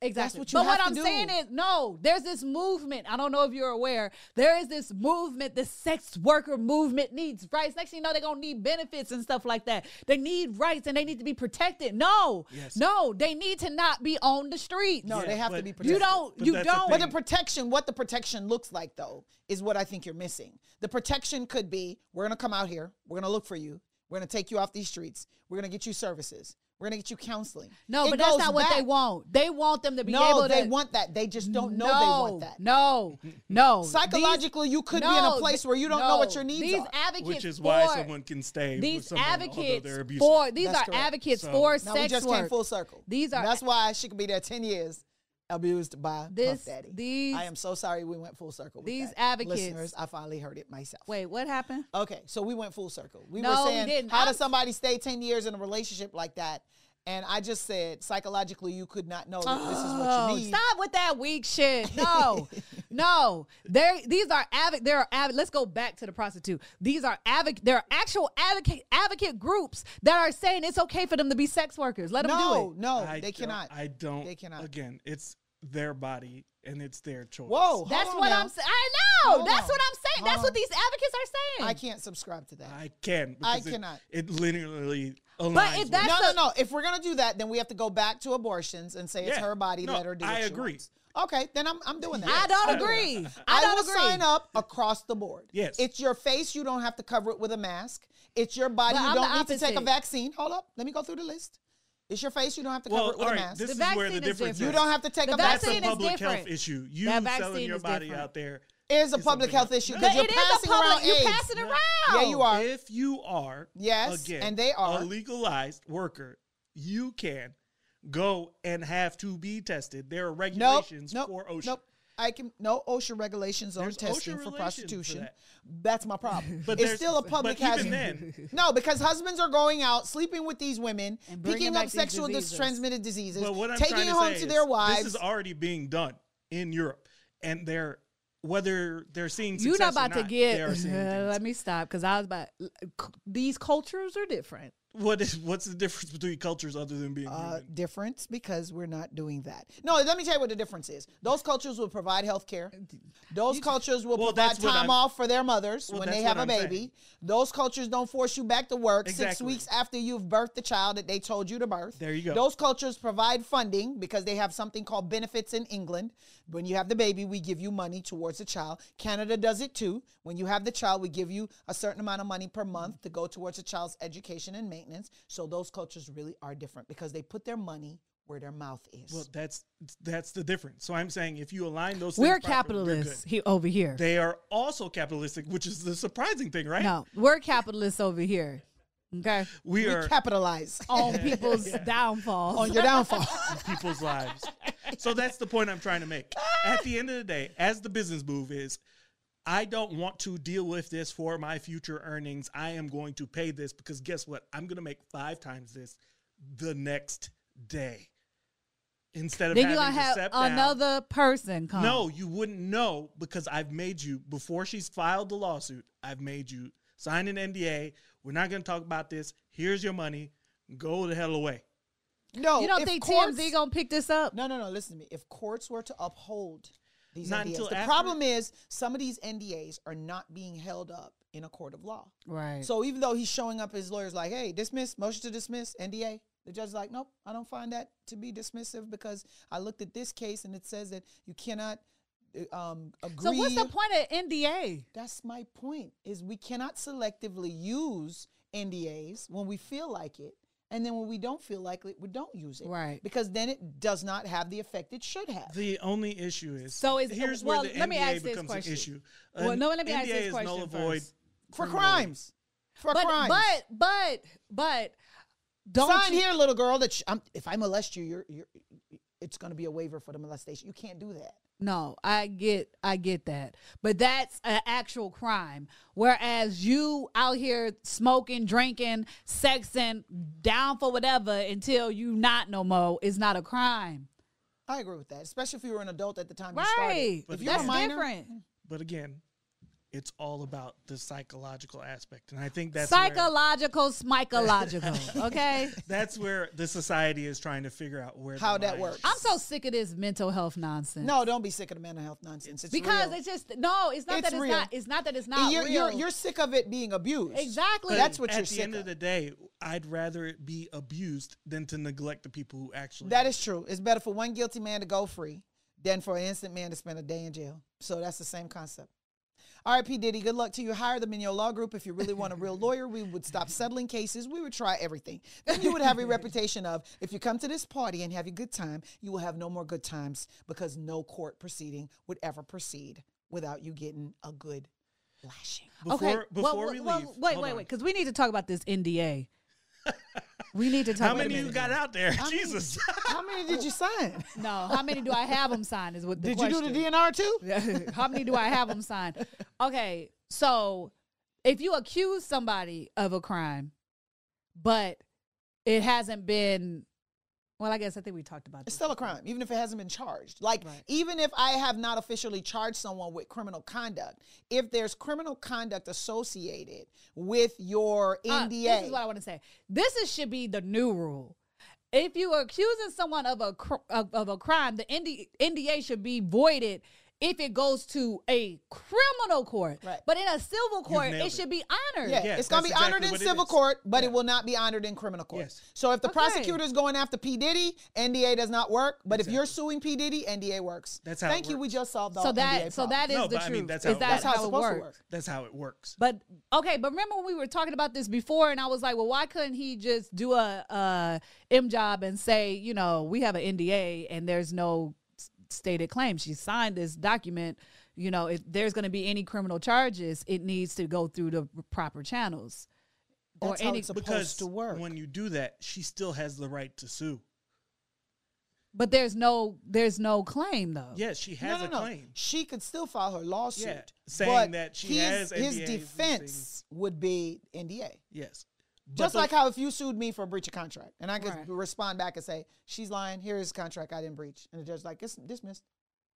[SPEAKER 1] Exactly.
[SPEAKER 2] what you
[SPEAKER 1] but what
[SPEAKER 2] have
[SPEAKER 1] I'm
[SPEAKER 2] to
[SPEAKER 1] saying
[SPEAKER 2] do.
[SPEAKER 1] is, no, there's this movement. I don't know if you're aware. There is this movement, this sex worker movement needs rights. Next thing you know, they're gonna need benefits and stuff like that. They need rights and they need to be protected. No,
[SPEAKER 3] Yes.
[SPEAKER 1] no, they need to not be on the streets.
[SPEAKER 2] No,
[SPEAKER 3] Yeah,
[SPEAKER 2] they have to
[SPEAKER 3] but-
[SPEAKER 2] be
[SPEAKER 1] you
[SPEAKER 2] protected.
[SPEAKER 3] You
[SPEAKER 1] don't.
[SPEAKER 3] But
[SPEAKER 1] you
[SPEAKER 3] that's the
[SPEAKER 1] don't.
[SPEAKER 2] But the
[SPEAKER 3] thing.
[SPEAKER 2] protection, what the protection looks like though, is what I think you're missing. The protection could be we're gonna come out here, we're gonna look for you, we're gonna take you off these streets, we're gonna get you services, we're gonna get you counseling.
[SPEAKER 1] No,
[SPEAKER 2] It
[SPEAKER 1] but that's
[SPEAKER 2] goes
[SPEAKER 1] not what they
[SPEAKER 2] back.
[SPEAKER 1] want. They want them to be
[SPEAKER 2] No,
[SPEAKER 1] able
[SPEAKER 2] they
[SPEAKER 1] to.
[SPEAKER 2] want that. They just don't know they want that.
[SPEAKER 1] No, no.
[SPEAKER 2] Psychologically, you could be in a
[SPEAKER 1] no,
[SPEAKER 2] place
[SPEAKER 1] th-
[SPEAKER 2] where you don't know what
[SPEAKER 1] no,
[SPEAKER 2] your needs
[SPEAKER 1] these
[SPEAKER 2] are.
[SPEAKER 1] advocates
[SPEAKER 3] which is why
[SPEAKER 1] for-
[SPEAKER 3] someone can stay with
[SPEAKER 1] These
[SPEAKER 3] someone,
[SPEAKER 1] advocates
[SPEAKER 3] although they're abusive.
[SPEAKER 1] for these
[SPEAKER 2] That's
[SPEAKER 1] are
[SPEAKER 2] correct.
[SPEAKER 1] advocates
[SPEAKER 3] So-
[SPEAKER 1] for
[SPEAKER 2] Now
[SPEAKER 1] sex
[SPEAKER 2] we just
[SPEAKER 1] work.
[SPEAKER 2] came full circle.
[SPEAKER 1] These are-
[SPEAKER 2] That's why she could be there ten years, abused by
[SPEAKER 1] This-
[SPEAKER 2] Puff Daddy.
[SPEAKER 1] these-
[SPEAKER 2] I am so sorry we went full circle. with
[SPEAKER 1] These
[SPEAKER 2] that.
[SPEAKER 1] advocates-
[SPEAKER 2] listeners, I finally heard it myself.
[SPEAKER 1] Wait, what happened?
[SPEAKER 2] Okay, so we went full circle. We
[SPEAKER 1] No,
[SPEAKER 2] were
[SPEAKER 1] we
[SPEAKER 2] saying,
[SPEAKER 1] didn't.
[SPEAKER 2] how
[SPEAKER 1] I'm-
[SPEAKER 2] does somebody stay 10 years in a relationship like that? And I just said, psychologically, you could not know that this is what
[SPEAKER 1] Oh,
[SPEAKER 2] you need.
[SPEAKER 1] stop with that weak shit. No, no. They these are advocate. There are advocate. Let's go back to the prostitute. These are advocate. There are actual advocate advocate groups that are saying it's okay for them to be sex workers. Let them
[SPEAKER 2] No,
[SPEAKER 1] do it.
[SPEAKER 2] no,
[SPEAKER 3] I
[SPEAKER 2] they
[SPEAKER 3] don't-
[SPEAKER 2] cannot.
[SPEAKER 3] I don't.
[SPEAKER 2] They cannot.
[SPEAKER 3] Again, it's their body and it's their choice.
[SPEAKER 2] Whoa,
[SPEAKER 1] That's
[SPEAKER 2] hold on
[SPEAKER 1] what
[SPEAKER 2] now.
[SPEAKER 1] I'm saying. I know.
[SPEAKER 2] Hold
[SPEAKER 1] That's
[SPEAKER 2] on.
[SPEAKER 1] what I'm saying. That's
[SPEAKER 2] Hold
[SPEAKER 1] what
[SPEAKER 2] on.
[SPEAKER 1] these advocates are saying.
[SPEAKER 2] I can't subscribe to that.
[SPEAKER 3] I can.
[SPEAKER 2] I
[SPEAKER 3] because it-
[SPEAKER 2] cannot.
[SPEAKER 3] It, literally aligns.
[SPEAKER 1] But if
[SPEAKER 3] with-
[SPEAKER 1] that's
[SPEAKER 2] no,
[SPEAKER 1] a-
[SPEAKER 2] no, no. If we're gonna do that, then we have to go back to abortions and say it's
[SPEAKER 3] Yeah.
[SPEAKER 2] her body.
[SPEAKER 3] No,
[SPEAKER 2] let her do.
[SPEAKER 3] I
[SPEAKER 2] what she
[SPEAKER 3] agree.
[SPEAKER 2] wants. Okay, then I'm I'm doing that.
[SPEAKER 1] I
[SPEAKER 3] I
[SPEAKER 1] don't
[SPEAKER 3] don't-
[SPEAKER 1] agree.
[SPEAKER 2] I,
[SPEAKER 1] I don't
[SPEAKER 2] will
[SPEAKER 1] agree.
[SPEAKER 2] sign up across the board.
[SPEAKER 3] Yes.
[SPEAKER 2] It's your face. You don't have to cover it with a mask. It's your body.
[SPEAKER 1] But
[SPEAKER 2] you
[SPEAKER 1] I'm
[SPEAKER 2] don't
[SPEAKER 1] the
[SPEAKER 2] need to take a
[SPEAKER 1] opposite.
[SPEAKER 2] vaccine. Hold up. Let me go through the list. It's your face. You don't have to cover
[SPEAKER 3] well,
[SPEAKER 2] it
[SPEAKER 3] all
[SPEAKER 2] with a
[SPEAKER 3] right.
[SPEAKER 2] mask.
[SPEAKER 3] This
[SPEAKER 1] The
[SPEAKER 3] is where the
[SPEAKER 1] vaccine is
[SPEAKER 3] difference
[SPEAKER 1] different.
[SPEAKER 2] you don't have to take
[SPEAKER 1] The
[SPEAKER 2] a
[SPEAKER 3] That's
[SPEAKER 2] vaccine.
[SPEAKER 3] a
[SPEAKER 1] Vaccine is
[SPEAKER 3] public health
[SPEAKER 1] different.
[SPEAKER 3] issue. You
[SPEAKER 1] That
[SPEAKER 3] selling
[SPEAKER 1] vaccine
[SPEAKER 3] your
[SPEAKER 1] is
[SPEAKER 3] body
[SPEAKER 1] different.
[SPEAKER 3] out there
[SPEAKER 2] is a public
[SPEAKER 3] is something
[SPEAKER 2] health
[SPEAKER 3] else.
[SPEAKER 2] issue
[SPEAKER 1] But
[SPEAKER 2] because you're
[SPEAKER 1] it is a
[SPEAKER 2] passing around
[SPEAKER 1] public. You
[SPEAKER 2] AIDS.
[SPEAKER 1] pass it around.
[SPEAKER 2] Yeah, you are.
[SPEAKER 3] "Oh, If you are,
[SPEAKER 2] Yes,
[SPEAKER 3] again,
[SPEAKER 2] and they are.
[SPEAKER 3] a legalized worker, you can go and have to be tested. There are
[SPEAKER 2] Nope,
[SPEAKER 3] regulations
[SPEAKER 2] nope,
[SPEAKER 3] for OSHA.
[SPEAKER 2] nope. I can no OSHA regulations on
[SPEAKER 3] There's OSHA
[SPEAKER 2] testing for
[SPEAKER 3] regulations for
[SPEAKER 2] prostitution.
[SPEAKER 3] that.
[SPEAKER 2] That's my problem.
[SPEAKER 3] But
[SPEAKER 2] it's
[SPEAKER 3] there's-
[SPEAKER 2] still a
[SPEAKER 3] but
[SPEAKER 2] public
[SPEAKER 3] even
[SPEAKER 2] hazard.
[SPEAKER 3] then-
[SPEAKER 2] no, because husbands are going out sleeping with these women,
[SPEAKER 1] And bringing
[SPEAKER 2] picking
[SPEAKER 1] back
[SPEAKER 2] up
[SPEAKER 1] these
[SPEAKER 2] sexual dis-
[SPEAKER 1] diseases.
[SPEAKER 2] transmitted diseases,
[SPEAKER 3] But what I'm
[SPEAKER 2] taking
[SPEAKER 3] trying
[SPEAKER 2] it
[SPEAKER 3] to
[SPEAKER 2] home
[SPEAKER 3] say
[SPEAKER 2] to
[SPEAKER 3] is
[SPEAKER 2] their wives.
[SPEAKER 3] This is already being done in Europe, and they're whether they're seeing
[SPEAKER 1] You're not
[SPEAKER 3] success or
[SPEAKER 1] about to
[SPEAKER 3] They
[SPEAKER 1] get.
[SPEAKER 3] are seeing
[SPEAKER 1] Uh,
[SPEAKER 3] things.
[SPEAKER 1] let me stop because I was about. These cultures are different.
[SPEAKER 3] What is what's the difference between cultures other than being
[SPEAKER 2] uh,
[SPEAKER 3] human?
[SPEAKER 2] difference because we're not doing that. No, let me tell you what the difference is. Those cultures will provide health
[SPEAKER 3] Uh,
[SPEAKER 2] care. Those cultures will
[SPEAKER 3] Well,
[SPEAKER 2] provide
[SPEAKER 3] that's what
[SPEAKER 2] time
[SPEAKER 3] I'm-
[SPEAKER 2] off for their mothers
[SPEAKER 3] Well,
[SPEAKER 2] when they have
[SPEAKER 3] that's
[SPEAKER 2] a
[SPEAKER 3] what I'm
[SPEAKER 2] baby.
[SPEAKER 3] saying.
[SPEAKER 2] Those cultures don't force you back to work six
[SPEAKER 3] Exactly.
[SPEAKER 2] weeks after you've birthed the child that they told you to birth.
[SPEAKER 3] There you go.
[SPEAKER 2] Those cultures provide funding because they have something called benefits in England. When you have the baby, we give you money towards the child. Canada does it too. When you have the child, we give you a certain amount of money per month to go towards the child's education and maintenance. So those cultures really are different because they put their money where their mouth is.
[SPEAKER 3] Well, that's that's the difference. So I'm saying if you align those,
[SPEAKER 1] We're
[SPEAKER 3] things properly, you're good.
[SPEAKER 1] capitalists he, over here.
[SPEAKER 3] They are also capitalistic, which is the surprising thing, right?
[SPEAKER 1] No, we're capitalists over here. Okay,
[SPEAKER 3] We
[SPEAKER 2] we
[SPEAKER 3] are
[SPEAKER 2] capitalize
[SPEAKER 3] Oh,
[SPEAKER 1] on people's downfalls.
[SPEAKER 2] on your downfall.
[SPEAKER 3] people's lives. So that's the point I'm trying to make. At the end of the day, as the business move is, I don't want to deal with this for my future earnings. I am going to pay this because guess what? I'm going to make five times this the next day. Instead of
[SPEAKER 1] then you're gonna
[SPEAKER 3] having to
[SPEAKER 1] have
[SPEAKER 3] step down-
[SPEAKER 1] another person come.
[SPEAKER 3] No, you wouldn't know because I've made you before she's filed the lawsuit. I've made you sign an NDA. We're not going to talk about this. Here's your money. Go the hell away.
[SPEAKER 2] No,
[SPEAKER 1] you don't
[SPEAKER 2] if
[SPEAKER 1] think
[SPEAKER 2] courts-
[SPEAKER 1] TMZ gonna pick this up?
[SPEAKER 2] No, no, no. Listen to me. If courts were to uphold these
[SPEAKER 3] Not
[SPEAKER 2] NDAs,
[SPEAKER 3] until
[SPEAKER 2] the
[SPEAKER 3] after-
[SPEAKER 2] problem is some of these NDAs are not being held up in a court of law.
[SPEAKER 1] Right.
[SPEAKER 2] So even though he's showing up, his lawyer's like, "Hey, dismiss, motion to dismiss, NDA." The judge's like, "Nope, I don't find that to be dismissive because I looked at this case and it says that you cannot uh, um, agree."
[SPEAKER 1] so what's the point of NDA?
[SPEAKER 2] That's my point. Is we cannot selectively use NDAs when we feel like it, and then when we don't feel like it, we don't use it.
[SPEAKER 1] Right.
[SPEAKER 2] Because then it does not have the effect it should have.
[SPEAKER 3] The only issue is
[SPEAKER 1] So is-
[SPEAKER 3] here's
[SPEAKER 1] well,
[SPEAKER 3] where the
[SPEAKER 1] let me
[SPEAKER 3] NDA
[SPEAKER 1] ask this
[SPEAKER 3] becomes
[SPEAKER 1] question.
[SPEAKER 3] an issue.
[SPEAKER 1] Well,
[SPEAKER 3] An
[SPEAKER 1] no, let me
[SPEAKER 3] NDA
[SPEAKER 1] ask this
[SPEAKER 3] is null
[SPEAKER 1] question
[SPEAKER 3] and void
[SPEAKER 1] first.
[SPEAKER 2] for
[SPEAKER 3] criminally.
[SPEAKER 2] crimes. For
[SPEAKER 1] But
[SPEAKER 2] crimes.
[SPEAKER 1] but but but don't
[SPEAKER 2] sign
[SPEAKER 1] you-
[SPEAKER 2] here, little girl. That sh- I'm, if I molest you, you're, you're it's going to be a waiver for the molestation. You can't do that.
[SPEAKER 1] No, I get I get that. But that's an actual crime. Whereas you out here smoking, drinking, sexing, down for whatever until you not no more is not a crime.
[SPEAKER 2] I agree with that, especially if you were an adult at the time you started.
[SPEAKER 1] Right.
[SPEAKER 3] But
[SPEAKER 2] If you're a
[SPEAKER 1] that's
[SPEAKER 2] minor,
[SPEAKER 1] different.
[SPEAKER 3] But again, It's all about the psychological aspect, and I think that's where,
[SPEAKER 1] psychological, smychological. okay.
[SPEAKER 3] that's where the society is trying to figure out where the
[SPEAKER 2] How that
[SPEAKER 3] line
[SPEAKER 2] works.
[SPEAKER 1] I'm so sick of this mental health nonsense.
[SPEAKER 2] No, don't be sick of the mental health nonsense. It's
[SPEAKER 1] because
[SPEAKER 2] real.
[SPEAKER 1] it's just no. It's not
[SPEAKER 2] It's
[SPEAKER 1] that it's
[SPEAKER 2] real.
[SPEAKER 1] not. It's not that it's not
[SPEAKER 2] you're,
[SPEAKER 1] real.
[SPEAKER 2] you're you're sick of it being abused.
[SPEAKER 1] exactly.
[SPEAKER 3] But
[SPEAKER 2] That's what
[SPEAKER 3] at
[SPEAKER 2] you're
[SPEAKER 3] the
[SPEAKER 2] sick
[SPEAKER 3] end
[SPEAKER 2] of.
[SPEAKER 3] of the day, I'd rather it be abused than to neglect the people who actually.
[SPEAKER 2] That is true. It's better for one guilty man to go free than for an innocent man to spend a day in jail. So that's the same concept. R.I.P. Diddy, good luck to you. Hire them in your law group if you really want a real lawyer. We would stop settling cases. We would try everything. Then you would have a reputation of if you come to this party and have a good time, you will have no more good times because no court proceeding would ever proceed without you getting a good lashing.
[SPEAKER 3] before
[SPEAKER 1] well,
[SPEAKER 3] before
[SPEAKER 1] well,
[SPEAKER 3] we leave.
[SPEAKER 1] well, wait,
[SPEAKER 3] hold
[SPEAKER 1] wait,
[SPEAKER 3] on.
[SPEAKER 1] wait, because we need to talk about this NDA. we need to talk.
[SPEAKER 3] How
[SPEAKER 1] wait a
[SPEAKER 3] many you
[SPEAKER 1] minute.
[SPEAKER 3] got out there? Jesus.
[SPEAKER 2] How many did you sign?
[SPEAKER 1] No, how many do I have them sign? Is what the
[SPEAKER 2] Did
[SPEAKER 1] question.
[SPEAKER 2] you do the DNR too?
[SPEAKER 1] how many do I have them sign? Okay, so if you accuse somebody of a crime, but it hasn't been, well, I guess I think we talked about
[SPEAKER 2] It's
[SPEAKER 1] this.
[SPEAKER 2] still a crime, even if it hasn't been charged. Like,
[SPEAKER 1] Right.
[SPEAKER 2] even if I have not officially charged someone with criminal conduct, if there's criminal conduct associated with your
[SPEAKER 1] Uh, this
[SPEAKER 2] NDA,
[SPEAKER 1] is what I want to say. This is, should be the new rule. If you are accusing someone of a cr- of, of a crime, the ND, NDA should be voided if it goes to a criminal court.
[SPEAKER 2] Right.
[SPEAKER 1] But in a civil court, it
[SPEAKER 3] nailed it.
[SPEAKER 1] should be honored.
[SPEAKER 2] yeah,
[SPEAKER 3] Yes,
[SPEAKER 2] it's going to
[SPEAKER 3] that's
[SPEAKER 2] be
[SPEAKER 3] exactly
[SPEAKER 2] honored in
[SPEAKER 3] what it
[SPEAKER 2] civil
[SPEAKER 3] is.
[SPEAKER 2] court, but it will not be honored in criminal court.
[SPEAKER 3] Yes.
[SPEAKER 2] So if the
[SPEAKER 1] Okay.
[SPEAKER 2] prosecutor is going after P. Diddy, NDA does not work. But if you're suing P. Diddy, NDA works.
[SPEAKER 3] That's how it
[SPEAKER 2] Thank you. We
[SPEAKER 3] works.
[SPEAKER 2] just solved all
[SPEAKER 1] So that
[SPEAKER 2] NDA
[SPEAKER 1] so
[SPEAKER 2] problems.
[SPEAKER 1] that is
[SPEAKER 3] No,
[SPEAKER 1] the
[SPEAKER 3] but I
[SPEAKER 1] truth.
[SPEAKER 3] mean, that's
[SPEAKER 1] Is
[SPEAKER 3] how it
[SPEAKER 1] that
[SPEAKER 3] works.
[SPEAKER 2] That's how it's
[SPEAKER 1] it
[SPEAKER 2] supposed
[SPEAKER 1] works?
[SPEAKER 2] to work.
[SPEAKER 3] That's how it works.
[SPEAKER 1] But okay, but remember when we were talking about this before, and I was like, well, why couldn't he just do a, a M job and say, you know, we have an NDA and there's no s- stated claim. She signed this document. You know, if there's going to be any criminal charges, it needs to go through the proper channels.
[SPEAKER 2] That's how it's supposed
[SPEAKER 3] because
[SPEAKER 2] to work.
[SPEAKER 3] when you do that, she still has the right to sue.
[SPEAKER 1] But there's no there's no claim though.
[SPEAKER 3] Yes, she
[SPEAKER 2] Oh. no,
[SPEAKER 3] has
[SPEAKER 2] no,
[SPEAKER 3] a
[SPEAKER 2] no.
[SPEAKER 3] claim.
[SPEAKER 2] She could still file her lawsuit.
[SPEAKER 3] Yeah, saying
[SPEAKER 2] but
[SPEAKER 3] that she
[SPEAKER 2] his,
[SPEAKER 3] has
[SPEAKER 2] his
[SPEAKER 3] NDAs and
[SPEAKER 2] defense
[SPEAKER 3] things.
[SPEAKER 2] would be NDA.
[SPEAKER 3] Yes. But
[SPEAKER 2] Just
[SPEAKER 3] the-
[SPEAKER 2] like how if you sued me for a breach of contract, and I could
[SPEAKER 1] Right.
[SPEAKER 2] respond back and say, "She's lying. Here is contract I didn't breach," and the judge's like, "It's dismissed,"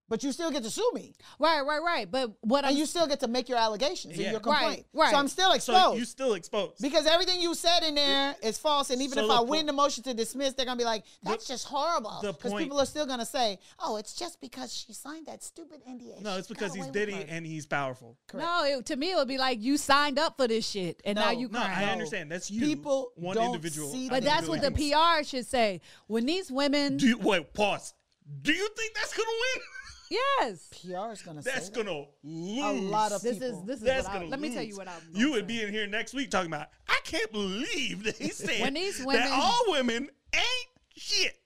[SPEAKER 2] but you still get to sue me,
[SPEAKER 1] Right, right, right. But what
[SPEAKER 2] and
[SPEAKER 1] I'm
[SPEAKER 2] you still get to make your allegations and
[SPEAKER 3] Yeah.
[SPEAKER 2] your
[SPEAKER 3] Right,
[SPEAKER 2] complaint.
[SPEAKER 1] right.
[SPEAKER 2] So I'm still
[SPEAKER 3] so
[SPEAKER 2] exposed
[SPEAKER 3] you still exposed.
[SPEAKER 2] because everything you said in there is false. And even
[SPEAKER 3] So
[SPEAKER 2] if
[SPEAKER 3] the
[SPEAKER 2] I
[SPEAKER 3] po-
[SPEAKER 2] win the motion to dismiss, they're gonna be like, "That's just horrible,"
[SPEAKER 3] the
[SPEAKER 2] because
[SPEAKER 3] point-
[SPEAKER 2] people are still gonna say, "Oh, it's just because she signed that stupid NDA."
[SPEAKER 3] no,
[SPEAKER 2] She
[SPEAKER 3] it's because
[SPEAKER 2] got
[SPEAKER 3] he's
[SPEAKER 2] away with
[SPEAKER 3] Diddy
[SPEAKER 2] murder."
[SPEAKER 3] and he's powerful.
[SPEAKER 1] no, it, to me it would be like you signed up for this shit and now
[SPEAKER 2] No,
[SPEAKER 1] you
[SPEAKER 3] No,
[SPEAKER 1] crying.
[SPEAKER 3] I understand. That's you.
[SPEAKER 2] People
[SPEAKER 3] one
[SPEAKER 2] don't
[SPEAKER 3] individual.
[SPEAKER 2] see
[SPEAKER 1] but that's what the
[SPEAKER 3] individual.
[SPEAKER 1] PR should say. When these women,
[SPEAKER 3] Do you, wait, pause. Do you think that's gonna win?
[SPEAKER 1] yes,
[SPEAKER 2] PR is gonna
[SPEAKER 3] That's
[SPEAKER 2] say that.
[SPEAKER 3] gonna lose.
[SPEAKER 2] a lot of
[SPEAKER 1] This
[SPEAKER 2] people.
[SPEAKER 1] is this is
[SPEAKER 3] That's
[SPEAKER 1] what I,
[SPEAKER 3] gonna
[SPEAKER 1] let me tell
[SPEAKER 3] lose.
[SPEAKER 1] you what I'm.
[SPEAKER 3] You would be in here next week talking about. I can't believe they said
[SPEAKER 1] When these
[SPEAKER 3] that
[SPEAKER 1] women-
[SPEAKER 3] all women ain't shit.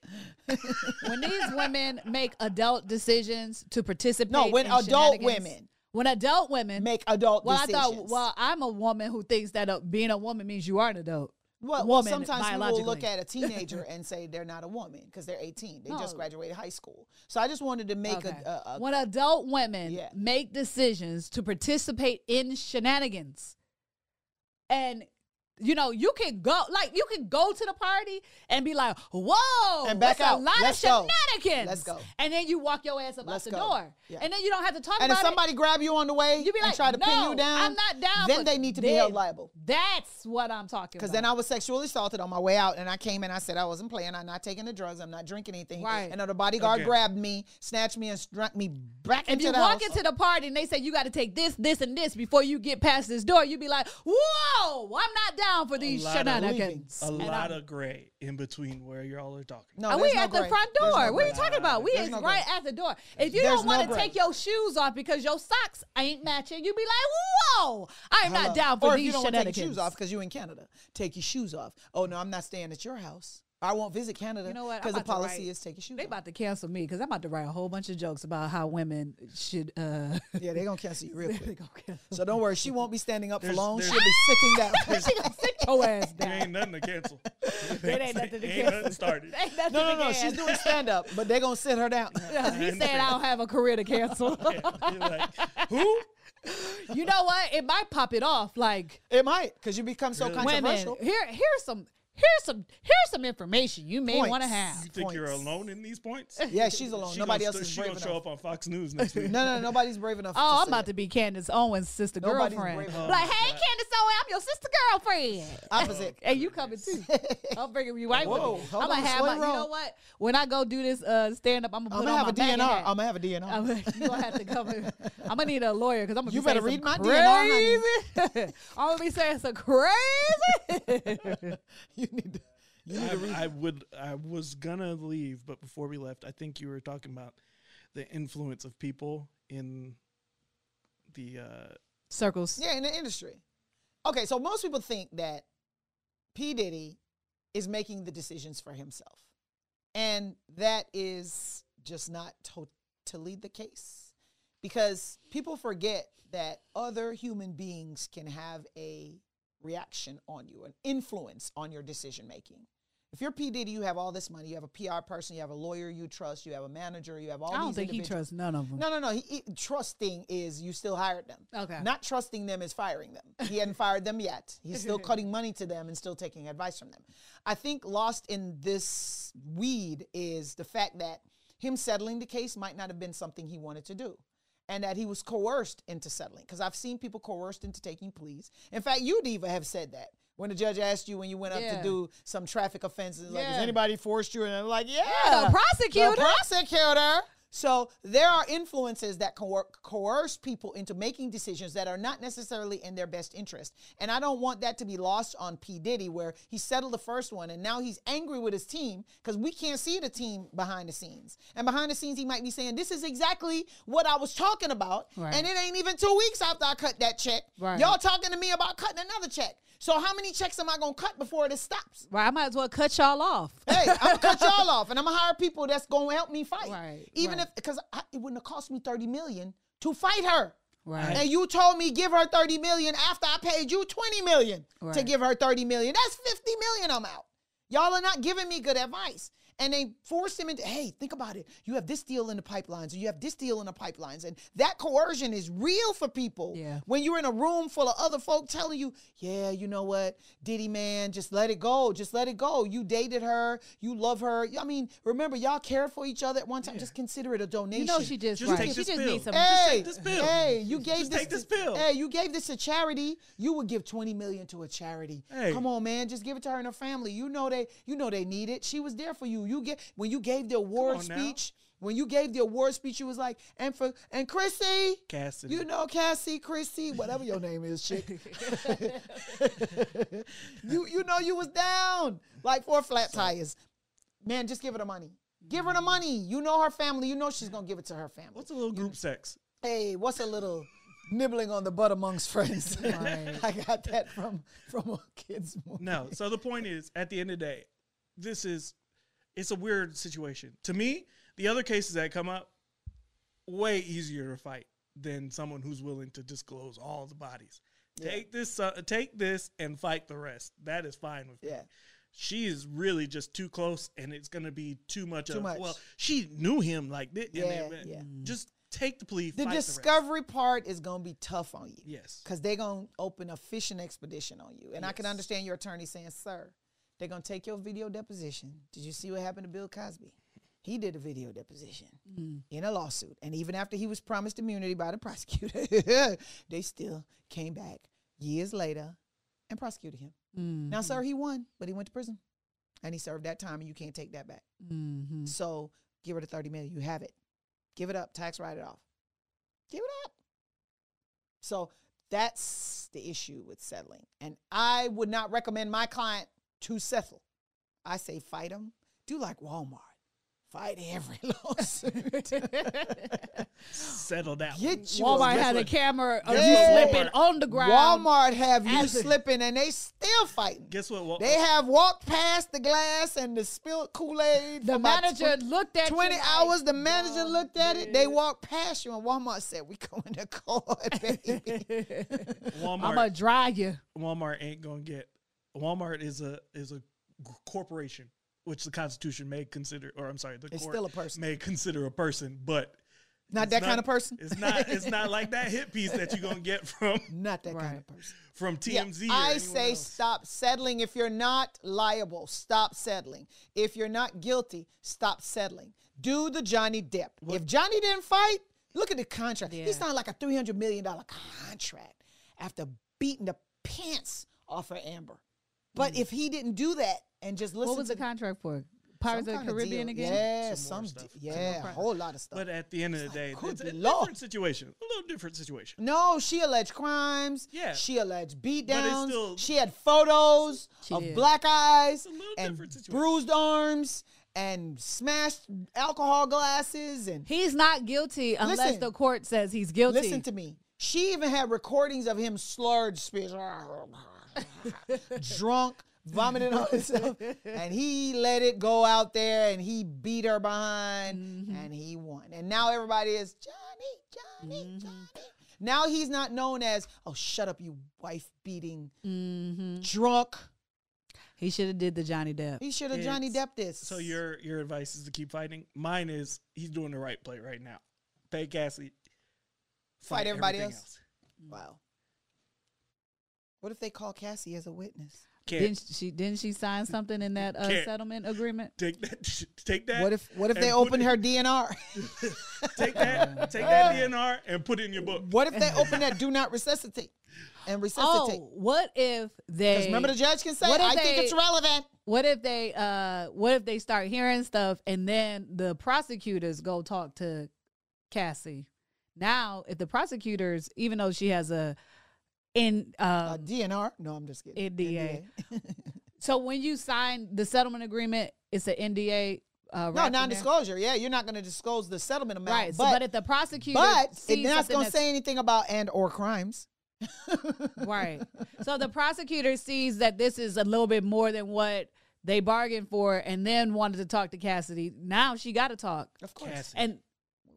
[SPEAKER 1] when these women make adult decisions to participate.
[SPEAKER 2] No, when
[SPEAKER 1] in
[SPEAKER 2] adult
[SPEAKER 1] shenanigans-
[SPEAKER 2] women.
[SPEAKER 1] when adult women
[SPEAKER 2] make adult
[SPEAKER 1] Well,
[SPEAKER 2] decisions.
[SPEAKER 1] I thought. Well, I'm a woman who thinks that uh, being a woman means you are an adult.
[SPEAKER 2] Well, well,
[SPEAKER 1] woman,
[SPEAKER 2] sometimes we will look
[SPEAKER 1] biologically.
[SPEAKER 2] at a teenager and say they're not a woman because they're 18. They just
[SPEAKER 1] No.
[SPEAKER 2] graduated high school. So I just wanted to make
[SPEAKER 1] Okay.
[SPEAKER 2] a, a, a
[SPEAKER 1] when adult women
[SPEAKER 2] Yeah.
[SPEAKER 1] make decisions to participate in shenanigans, and you know you can go like you can go to the party and be like, "Whoa,
[SPEAKER 2] And back
[SPEAKER 1] that's
[SPEAKER 2] out.
[SPEAKER 1] a lot
[SPEAKER 2] Let's go.
[SPEAKER 1] of shenanigans."
[SPEAKER 2] Let's go.
[SPEAKER 1] And then you walk your ass up
[SPEAKER 2] Let's
[SPEAKER 1] out the
[SPEAKER 2] go.
[SPEAKER 1] door,
[SPEAKER 2] Yeah.
[SPEAKER 1] and then you don't have to talk
[SPEAKER 2] and if
[SPEAKER 1] about it.
[SPEAKER 2] somebody grab you on the way
[SPEAKER 1] You be
[SPEAKER 2] and
[SPEAKER 1] like,
[SPEAKER 2] try to pin
[SPEAKER 1] "No,
[SPEAKER 2] you down,
[SPEAKER 1] I'm not down
[SPEAKER 2] Then
[SPEAKER 1] for
[SPEAKER 2] they need to be
[SPEAKER 1] this."
[SPEAKER 2] held liable.
[SPEAKER 1] That's what I'm talking about.
[SPEAKER 2] Because then I was sexually assaulted on my way out, and I came and I said I wasn't playing. I'm not taking the drugs. I'm not drinking anything.
[SPEAKER 1] Right.
[SPEAKER 2] And then the bodyguard
[SPEAKER 3] Okay.
[SPEAKER 2] grabbed me, snatched me, and struck me back
[SPEAKER 1] if
[SPEAKER 2] into
[SPEAKER 1] you
[SPEAKER 2] the
[SPEAKER 1] walk
[SPEAKER 2] house.
[SPEAKER 1] into the party and they say you got to take this, this, and this before you get past this door, you be like, "Whoa, I'm not down for these
[SPEAKER 3] lot of
[SPEAKER 1] shenanigans."
[SPEAKER 3] A
[SPEAKER 1] And
[SPEAKER 3] lot
[SPEAKER 1] I'm-
[SPEAKER 3] of gray in between where y'all are talking.
[SPEAKER 2] no,
[SPEAKER 1] Are we
[SPEAKER 2] there's no
[SPEAKER 1] at
[SPEAKER 2] gray.
[SPEAKER 1] the front
[SPEAKER 2] There's
[SPEAKER 1] door?
[SPEAKER 2] no
[SPEAKER 1] what are you
[SPEAKER 2] gray.
[SPEAKER 1] talking about? We
[SPEAKER 2] There's
[SPEAKER 1] is
[SPEAKER 2] no gray.
[SPEAKER 1] right at the door. If you
[SPEAKER 2] There's
[SPEAKER 1] don't want
[SPEAKER 2] no
[SPEAKER 1] to
[SPEAKER 2] gray.
[SPEAKER 1] take your shoes off because your socks ain't matching, you be like, "Whoa, I am
[SPEAKER 2] Hello.
[SPEAKER 1] not down for
[SPEAKER 2] or if you
[SPEAKER 1] these
[SPEAKER 2] don't wanna
[SPEAKER 1] shenanigans."
[SPEAKER 2] Take your shoes off because you in Canada. Take your shoes off. Oh no, I'm not staying at your house. I won't visit Canada.
[SPEAKER 1] You know what? I'm
[SPEAKER 2] Because the
[SPEAKER 1] about to
[SPEAKER 2] policy
[SPEAKER 1] write-
[SPEAKER 2] is take your shoes
[SPEAKER 1] They
[SPEAKER 2] off.
[SPEAKER 1] about to cancel me because I'm about to write a whole bunch of jokes about how women should. uh
[SPEAKER 2] Yeah, they're gonna cancel you real
[SPEAKER 1] they
[SPEAKER 2] quick.
[SPEAKER 1] gonna cancel
[SPEAKER 2] So don't worry, she won't be standing up for
[SPEAKER 3] There's-
[SPEAKER 2] long.
[SPEAKER 3] there's-
[SPEAKER 2] She'll be sitting down.
[SPEAKER 1] your ass
[SPEAKER 3] There
[SPEAKER 1] down.
[SPEAKER 3] ain't nothing to cancel.
[SPEAKER 1] It ain't nothing to
[SPEAKER 3] Ain't
[SPEAKER 1] cancel.
[SPEAKER 3] nothing started.
[SPEAKER 1] Ain't nothing
[SPEAKER 2] no, no,
[SPEAKER 1] to
[SPEAKER 2] no. She's
[SPEAKER 1] cancel.
[SPEAKER 2] doing stand up, but they're gonna sit her down.
[SPEAKER 1] He said I don't have a career to cancel.
[SPEAKER 3] You're like, who?
[SPEAKER 1] you know what? It might pop it off. Like
[SPEAKER 2] It might, because you become so
[SPEAKER 3] Really?
[SPEAKER 1] women,
[SPEAKER 2] controversial.
[SPEAKER 1] here here's some here's some here's some information you may
[SPEAKER 2] Points.
[SPEAKER 1] want to have.
[SPEAKER 3] You think you're
[SPEAKER 2] Points.
[SPEAKER 3] alone in these points?
[SPEAKER 2] Yeah, she's alone.
[SPEAKER 3] She
[SPEAKER 2] Nobody else
[SPEAKER 3] gonna st-
[SPEAKER 2] is
[SPEAKER 3] she
[SPEAKER 2] brave
[SPEAKER 3] gonna show
[SPEAKER 2] enough.
[SPEAKER 3] up on Fox News next week.
[SPEAKER 2] No, no, nobody's brave enough.
[SPEAKER 1] Oh,
[SPEAKER 2] to
[SPEAKER 1] I'm
[SPEAKER 2] say
[SPEAKER 1] about
[SPEAKER 2] it.
[SPEAKER 1] to be Candace Owens' sister
[SPEAKER 2] Nobody's
[SPEAKER 1] girlfriend.
[SPEAKER 2] brave enough.
[SPEAKER 1] Like, hey, Candace Owens, I'm your sister girlfriend.
[SPEAKER 2] opposite.
[SPEAKER 1] And you coming too. I'm bringing you right
[SPEAKER 2] Whoa,
[SPEAKER 1] with me.
[SPEAKER 2] hold
[SPEAKER 1] I'm
[SPEAKER 2] on,
[SPEAKER 1] gonna have my, you
[SPEAKER 2] slow roll.
[SPEAKER 1] know what? When I go do this uh, stand up, I'm gonna
[SPEAKER 2] I'm
[SPEAKER 1] put
[SPEAKER 2] gonna
[SPEAKER 1] on
[SPEAKER 2] have a
[SPEAKER 1] my MAGA
[SPEAKER 2] DNR.
[SPEAKER 1] hat.
[SPEAKER 2] I'm gonna have a DNR.
[SPEAKER 1] I'm you gonna have to come. In. I'm gonna need a lawyer because I'm gonna.
[SPEAKER 2] You
[SPEAKER 1] be
[SPEAKER 2] better
[SPEAKER 1] saying some
[SPEAKER 2] read my
[SPEAKER 1] crazy. I'm gonna be saying some crazy.
[SPEAKER 2] you need to. You need to read.
[SPEAKER 3] I, I would. I was gonna leave, but before we left, I think you were talking about the influence of people in the. Uh,
[SPEAKER 1] Circles.
[SPEAKER 2] yeah, in the industry. Okay, so most people think that P Diddy is making the decisions for himself, and that is just not totally the case because people forget that other human beings can have a reaction on you, an influence on your decision making. If you're P Diddy, you have all this money. You have a PR person. You have a lawyer you trust. You have a manager. You have all.
[SPEAKER 1] I don't
[SPEAKER 2] these
[SPEAKER 1] think he
[SPEAKER 2] individuals.
[SPEAKER 1] trusts none of them.
[SPEAKER 2] No, no, no. He, he, trusting is you still hired them.
[SPEAKER 1] Okay.
[SPEAKER 2] Not trusting them is firing them. He hadn't fired them yet. He's still cutting money to them and still taking advice from them. I think lost in this weed is the fact that him settling the case might not have been something he wanted to do. And that he was coerced into settling. Because I've seen people coerced into taking pleas. In fact, you, Diva, have said that. When the judge asked you when you went up
[SPEAKER 1] Yeah.
[SPEAKER 2] to do some traffic offenses, like, has
[SPEAKER 1] Yeah.
[SPEAKER 2] anybody forced you? And I'm like, yeah.
[SPEAKER 1] Yeah, the prosecutor.
[SPEAKER 2] The prosecutor. So there are influences that coer- coerce people into making decisions that are not necessarily in their best interest. And I don't want that to be lost on P. Diddy, where he settled the first one and now he's angry with his team because we can't see the team behind the scenes. And behind the scenes, he might be saying, This is exactly what I was talking about.
[SPEAKER 1] Right.
[SPEAKER 2] And it ain't even two weeks after I cut that check.
[SPEAKER 1] Right.
[SPEAKER 2] Y'all talking to me about cutting another check. So how many checks am I going to cut before this stops?
[SPEAKER 1] Well, I might as well cut y'all off.
[SPEAKER 2] hey, I'm gonna cut y'all off, and I'm gonna hire people that's gonna help me fight.
[SPEAKER 1] Right,
[SPEAKER 2] Even
[SPEAKER 1] right.
[SPEAKER 2] if because it wouldn't have cost me thirty million to fight her.
[SPEAKER 1] Right.
[SPEAKER 2] And you told me give her thirty million after I paid you twenty million to
[SPEAKER 1] Right.
[SPEAKER 2] give her thirty million. That's fifty million. I'm out. Y'all are not giving me good advice. And they forced him into, hey, think about it. You have this deal in the pipelines, and you have this deal in the pipelines. And that coercion is real for people.
[SPEAKER 1] Yeah.
[SPEAKER 2] When you're in a room full of other folk telling you, yeah, you know what, Diddy man, just let it go. Just let it go. You dated her. You love her. I mean, remember, y'all cared for each other at one time. Just consider it a donation.
[SPEAKER 1] You know she just,
[SPEAKER 3] Just
[SPEAKER 1] right.
[SPEAKER 3] take
[SPEAKER 1] She
[SPEAKER 3] this
[SPEAKER 1] just
[SPEAKER 3] pill.
[SPEAKER 1] needs some.
[SPEAKER 2] Hey,
[SPEAKER 3] take this pill.
[SPEAKER 2] hey, you gave
[SPEAKER 3] Just
[SPEAKER 2] this,
[SPEAKER 3] take this pill.
[SPEAKER 2] Hey, you gave this to charity. You would give twenty million to a charity.
[SPEAKER 3] Hey.
[SPEAKER 2] Come on, man, just give it to her and her family. You know they, you know they need it. She was there for you. You get when you gave the award
[SPEAKER 3] on now.
[SPEAKER 2] speech. When you gave the award speech, you was like, and for and Chrissy,
[SPEAKER 3] Cassidy.
[SPEAKER 2] you know Cassie, Chrissy, whatever your name is, chick. you you know you was down like four flat tires. Man, just give her the money. Give her the money. You know her family. You know she's gonna give it to her family.
[SPEAKER 3] What's a little group sex?
[SPEAKER 2] Hey, what's a little nibbling on the butt amongst friends?
[SPEAKER 1] Right.
[SPEAKER 2] I got that from from a kids movie.
[SPEAKER 3] No. So the point is, at the end of the day, this is it's a weird situation. To me, the other cases that come up way easier to fight than someone who's willing to disclose all the bodies. Take this, uh, take this, and fight the rest. That is fine with me.
[SPEAKER 2] Yeah.
[SPEAKER 3] She is really just too close, and it's going to be too much. of,
[SPEAKER 2] much.
[SPEAKER 3] Well, she knew him like this. and
[SPEAKER 2] Yeah,
[SPEAKER 3] then-
[SPEAKER 2] yeah.
[SPEAKER 1] Mm.
[SPEAKER 3] Just take the plea.
[SPEAKER 2] The
[SPEAKER 3] fight rest.
[SPEAKER 2] discovery part is gonna be tough on you.
[SPEAKER 3] Yes.
[SPEAKER 2] Because they're gonna open a fishing expedition on you. And I can
[SPEAKER 3] Yes.
[SPEAKER 2] understand your attorney saying, Sir, they're gonna take your video deposition. Did you see what happened to Bill Cosby? He did a video deposition in a lawsuit. And even after he was promised immunity by the prosecutor, they still came back years later and prosecuted him.
[SPEAKER 1] Mm-hmm.
[SPEAKER 2] Now, sir, he won, but he went to prison. And he served that time and you can't take that back.
[SPEAKER 1] Mm-hmm.
[SPEAKER 2] So give her the 30 million. You have it. Give it up. Tax write it off. Give it up. So that's the issue with settling. And I would not recommend my client to settle. I say fight them. Do like Walmart. Fight every lawsuit.
[SPEAKER 3] Settle that. one.
[SPEAKER 2] Get you a
[SPEAKER 1] Walmart
[SPEAKER 3] guess
[SPEAKER 1] had a
[SPEAKER 3] what?
[SPEAKER 1] camera of you
[SPEAKER 2] Yeah.
[SPEAKER 1] slipping on the ground.
[SPEAKER 2] Walmart have you
[SPEAKER 1] As a-
[SPEAKER 2] slipping and they still fighting.
[SPEAKER 3] Guess what? Well,
[SPEAKER 2] They have walked past the glass and the spilled Kool Aid.
[SPEAKER 1] The manager looked at you
[SPEAKER 2] 20
[SPEAKER 1] like,
[SPEAKER 2] hours. The manager
[SPEAKER 1] "Dog,
[SPEAKER 2] looked at it. They
[SPEAKER 1] bitch."
[SPEAKER 2] walked past you, and Walmart said, "We going to court, baby."
[SPEAKER 3] Walmart.
[SPEAKER 1] I'm gonna dry you.
[SPEAKER 3] Walmart ain't gonna get. Walmart is a is a g- corporation, which the Constitution may consider, or I'm sorry, the
[SPEAKER 2] It's
[SPEAKER 3] court
[SPEAKER 2] still a person.
[SPEAKER 3] may consider a person, but
[SPEAKER 2] Not
[SPEAKER 3] It's
[SPEAKER 2] that kind of person.
[SPEAKER 3] It's not. It's not like that hit piece that you're gonna get from
[SPEAKER 2] Not that kind
[SPEAKER 1] Right.
[SPEAKER 2] of person.
[SPEAKER 3] from
[SPEAKER 2] Yeah,
[SPEAKER 3] TMZ. or
[SPEAKER 2] I
[SPEAKER 3] anyone
[SPEAKER 2] say
[SPEAKER 3] else.
[SPEAKER 2] stop settling. If you're not liable, stop settling. If you're not guilty, stop settling. Do the Johnny Depp. If Johnny didn't fight, look at the contract. He
[SPEAKER 1] Yeah.
[SPEAKER 2] signed like a three hundred million dollar contract after beating the pants off of Amber. But if he didn't do that and just listen,
[SPEAKER 1] What was
[SPEAKER 2] to
[SPEAKER 1] the contract for? Pirates
[SPEAKER 2] some
[SPEAKER 1] of the
[SPEAKER 2] kinda
[SPEAKER 1] Caribbean
[SPEAKER 2] deal.
[SPEAKER 1] again?
[SPEAKER 2] Yeah,
[SPEAKER 3] Some
[SPEAKER 2] some,
[SPEAKER 3] more stuff.
[SPEAKER 2] di-
[SPEAKER 3] Some
[SPEAKER 2] yeah, a whole lot of stuff.
[SPEAKER 3] But at the end of the day,
[SPEAKER 2] good
[SPEAKER 3] it's a
[SPEAKER 2] lord.
[SPEAKER 3] different situation. A little different situation.
[SPEAKER 2] No, she alleged crimes.
[SPEAKER 3] Yeah.
[SPEAKER 2] She alleged beatdowns.
[SPEAKER 3] still-
[SPEAKER 2] she had photos
[SPEAKER 1] She
[SPEAKER 2] of
[SPEAKER 1] did.
[SPEAKER 2] black eyes
[SPEAKER 3] a little
[SPEAKER 2] and
[SPEAKER 3] different situation.
[SPEAKER 2] bruised arms and smashed alcohol glasses and
[SPEAKER 1] He's not guilty unless
[SPEAKER 2] Listen.
[SPEAKER 1] the court says he's guilty.
[SPEAKER 2] listen to me. She even had recordings of him slurred speech, drunk, vomiting on himself, and he let it go out there, and he beat her behind,
[SPEAKER 3] Mm-hmm.
[SPEAKER 2] and he won. And now everybody is Johnny, Johnny,
[SPEAKER 3] Mm-hmm.
[SPEAKER 2] Johnny. Now he's not known as oh, shut up, you wife beating,
[SPEAKER 3] Mm-hmm.
[SPEAKER 2] drunk.
[SPEAKER 1] he should have did the Johnny Depp.
[SPEAKER 2] He should have Johnny
[SPEAKER 3] It's-
[SPEAKER 2] Depp this.
[SPEAKER 3] So your your advice is to keep fighting. Mine is he's doing the right play right now. Pay Cassidy.
[SPEAKER 2] Fight everybody
[SPEAKER 3] everything
[SPEAKER 2] else? wow. What if they call Cassie as a witness?
[SPEAKER 3] Can't
[SPEAKER 1] Didn't she? Didn't she sign something in that uh,
[SPEAKER 3] Can't.
[SPEAKER 1] settlement agreement?
[SPEAKER 3] take that. Take that.
[SPEAKER 2] What if what if
[SPEAKER 3] and
[SPEAKER 2] they
[SPEAKER 3] put
[SPEAKER 2] open
[SPEAKER 3] it-
[SPEAKER 2] her DNR?
[SPEAKER 3] Take that. take that DNR and put it in your book.
[SPEAKER 2] What if they open that do not resuscitate and resuscitate?
[SPEAKER 1] Oh, what if they?
[SPEAKER 2] Because remember, the judge can say,
[SPEAKER 1] Oh, What if
[SPEAKER 2] I think
[SPEAKER 1] they-
[SPEAKER 2] it's relevant.
[SPEAKER 1] What if they uh what if they start hearing stuff and then the prosecutors go talk to Cassie? Now, if the prosecutors, even though she has a in
[SPEAKER 2] Uh,
[SPEAKER 1] um,
[SPEAKER 2] DNR? No, I'm just kidding.
[SPEAKER 1] NDA. so when you sign the settlement agreement, it's an NDA uh
[SPEAKER 2] No,
[SPEAKER 1] wrapped in
[SPEAKER 2] non
[SPEAKER 1] there?
[SPEAKER 2] disclosure. Yeah, you're not going to disclose the settlement amount.
[SPEAKER 1] Right.
[SPEAKER 2] But,
[SPEAKER 1] so, but if the prosecutor
[SPEAKER 2] but
[SPEAKER 1] sees
[SPEAKER 2] it's not
[SPEAKER 1] something
[SPEAKER 2] going
[SPEAKER 1] that's-
[SPEAKER 2] to say anything about and or crimes.
[SPEAKER 1] Right. So the prosecutor sees that this is a little bit more than what they bargained for and then wanted to talk to Cassidy. Now she got to talk.
[SPEAKER 2] Of course.
[SPEAKER 3] Cassie.
[SPEAKER 1] And
[SPEAKER 2] Is